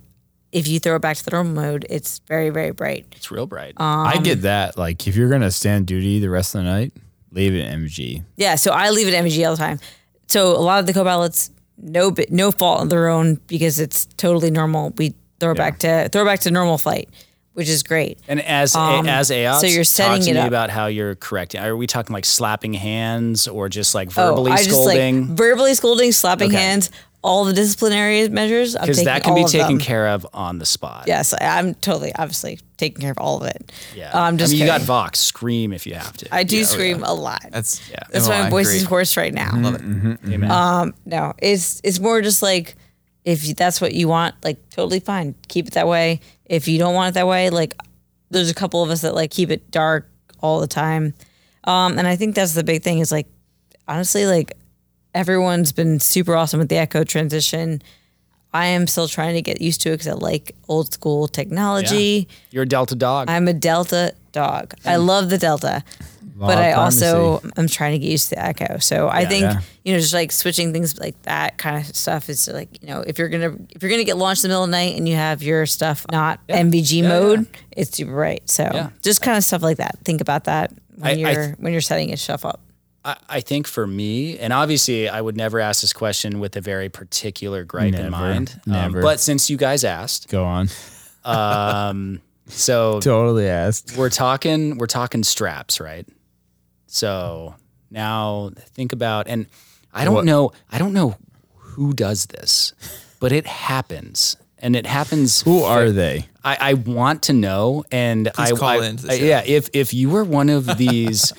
Speaker 4: if you throw it back to the normal mode, it's very, very bright.
Speaker 2: It's real bright.
Speaker 4: Um,
Speaker 1: I get that. Like, if you're going to stand duty the rest of the night, leave it MG.
Speaker 4: Yeah, so I leave it MVG all the time. So a lot of the co-pilots, no, bi- no fault of their own because it's totally normal. We throw it back to throw it back to normal flight, which is great.
Speaker 2: and as as AOPS,
Speaker 4: um, so you're setting
Speaker 2: talk to
Speaker 4: it
Speaker 2: me
Speaker 4: up.
Speaker 2: about how you're correcting. Are we talking like slapping hands or just like
Speaker 4: Oh,
Speaker 2: verbally
Speaker 4: I just, like,
Speaker 2: scolding?
Speaker 4: verbally scolding, slapping
Speaker 2: Okay.
Speaker 4: hands, all the disciplinary measures. I'm
Speaker 2: because
Speaker 4: taking
Speaker 2: that can
Speaker 4: all
Speaker 2: be
Speaker 4: of
Speaker 2: taken
Speaker 4: them.
Speaker 2: care of on the spot.
Speaker 4: Yes, I- I'm totally, obviously taking care of all of it.
Speaker 2: yeah.
Speaker 4: I'm just.
Speaker 2: I mean, you got oh,
Speaker 4: kidding.
Speaker 2: Vox. Scream if you have to.
Speaker 4: I do scream a lot. That's,
Speaker 3: That's yeah.
Speaker 4: why my voice is hoarse right now.
Speaker 2: Amen.
Speaker 4: Um, no, it's it's more just like if you- that's what you want, like totally fine, keep it that way. If you don't want it that way, like there's a couple of us that like keep it dark all the time, um, and I think that's the big thing is like honestly, like everyone's been super awesome with the Echo transition. I am still trying to get used to it because I like old school technology.
Speaker 2: You're a Delta dog.
Speaker 4: I'm a Delta dog. I love the Delta, but I also am trying to get used to the Echo. So I think
Speaker 1: Yeah.
Speaker 4: you know, just like switching things like that kind of stuff is like you know, if you're gonna if you're gonna get launched in the middle of the night and you have your stuff not MVG mode, it's super bright. So just kind of stuff like that. Think about that when
Speaker 2: I- I
Speaker 4: you're
Speaker 2: th-
Speaker 4: when you're setting your stuff up.
Speaker 2: I, I think for me, and obviously, I would never ask this question with a very particular gripe
Speaker 1: Never.
Speaker 2: in mind. um,
Speaker 1: Never.
Speaker 2: but since you guys asked,
Speaker 1: Go on.
Speaker 2: um, so
Speaker 1: Totally asked.
Speaker 2: we're talking we're talking straps, right? So now think about and I don't know I don't know who does this, but it happens. And it happens
Speaker 1: Who are they?
Speaker 2: I, I want to know, and
Speaker 3: Please
Speaker 2: I
Speaker 3: call
Speaker 2: I-
Speaker 3: into the show.
Speaker 2: yeah. If if you were one of these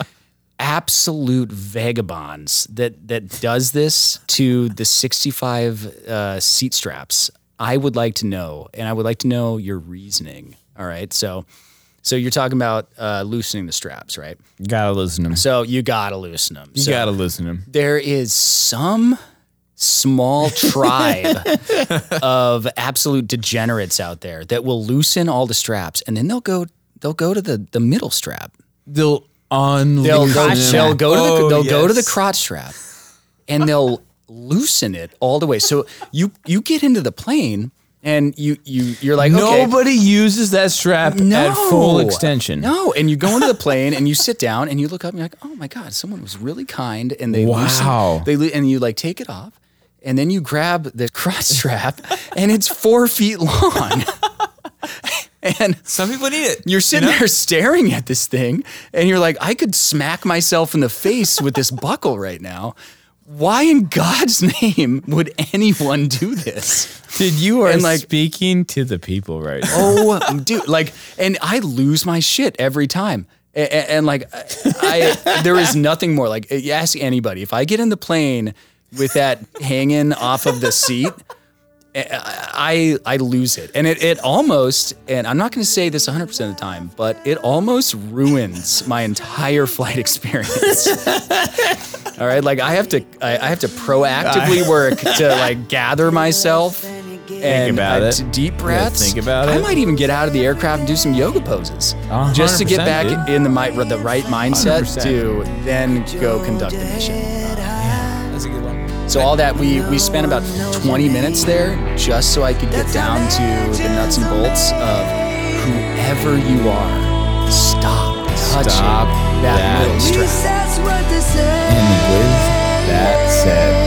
Speaker 2: absolute vagabonds that that does this to the sixty five uh, seat straps, I would like to know, and I would like to know your reasoning. All right, so so you're talking about uh, loosening the straps, right?
Speaker 1: Gotta loosen them.
Speaker 2: So you gotta loosen them.
Speaker 1: You
Speaker 2: so
Speaker 1: gotta loosen them.
Speaker 2: there is some small tribe of absolute degenerates out there that will loosen all the straps and then they'll go they'll go to the the middle strap.
Speaker 1: They'll unloosen
Speaker 2: They'll go,
Speaker 4: Crotch
Speaker 2: they'll
Speaker 4: strap.
Speaker 2: go to the
Speaker 3: Oh,
Speaker 2: they'll go to the
Speaker 3: yes.
Speaker 2: crotch strap and they'll loosen it all the way. So you you get into the plane and you you you're like okay,
Speaker 1: Nobody uses that strap
Speaker 2: no.
Speaker 1: at full extension.
Speaker 2: No, and you go into the plane and you sit down and you look up and you're like, oh my god, someone was really kind and they
Speaker 1: Wow.
Speaker 2: loosen, they lo- and you like take it off and then you grab the cross strap and it's four feet long. and
Speaker 3: Some people need it.
Speaker 2: you're sitting
Speaker 3: you know?
Speaker 2: there staring at this thing and you're like, I could smack myself in the face with this buckle right now. Why in God's name would anyone do this?
Speaker 1: Did you are
Speaker 2: And, like-
Speaker 1: speaking to the people right now?
Speaker 2: Oh, dude, like, and I lose my shit every time. A- a- And, like, I, I- there is nothing more. Like, you ask anybody if I get in the plane with that hanging off of the seat, I I lose it, and it it almost, and I'm not going to say this 100 percent of the time, but it almost ruins my entire flight experience. All right, like I have to I, I have to proactively work to like gather myself. And
Speaker 1: about
Speaker 2: I-
Speaker 1: it.
Speaker 2: t- Deep breaths.
Speaker 1: think about
Speaker 2: I
Speaker 1: it.
Speaker 2: might even get out of the aircraft and do some yoga poses,
Speaker 1: A
Speaker 2: just to get back
Speaker 1: 100%, dude.
Speaker 2: in the mi- the right mindset
Speaker 1: 100%.
Speaker 2: to then go conduct the mission.
Speaker 3: That's a good one.
Speaker 2: So all that we we spent about 20 minutes there just so I could get down to the nuts and bolts of whoever you are, stop touching
Speaker 1: Stop
Speaker 2: that,
Speaker 1: that.
Speaker 2: middle strap.
Speaker 5: That's what they say.
Speaker 1: And with that said,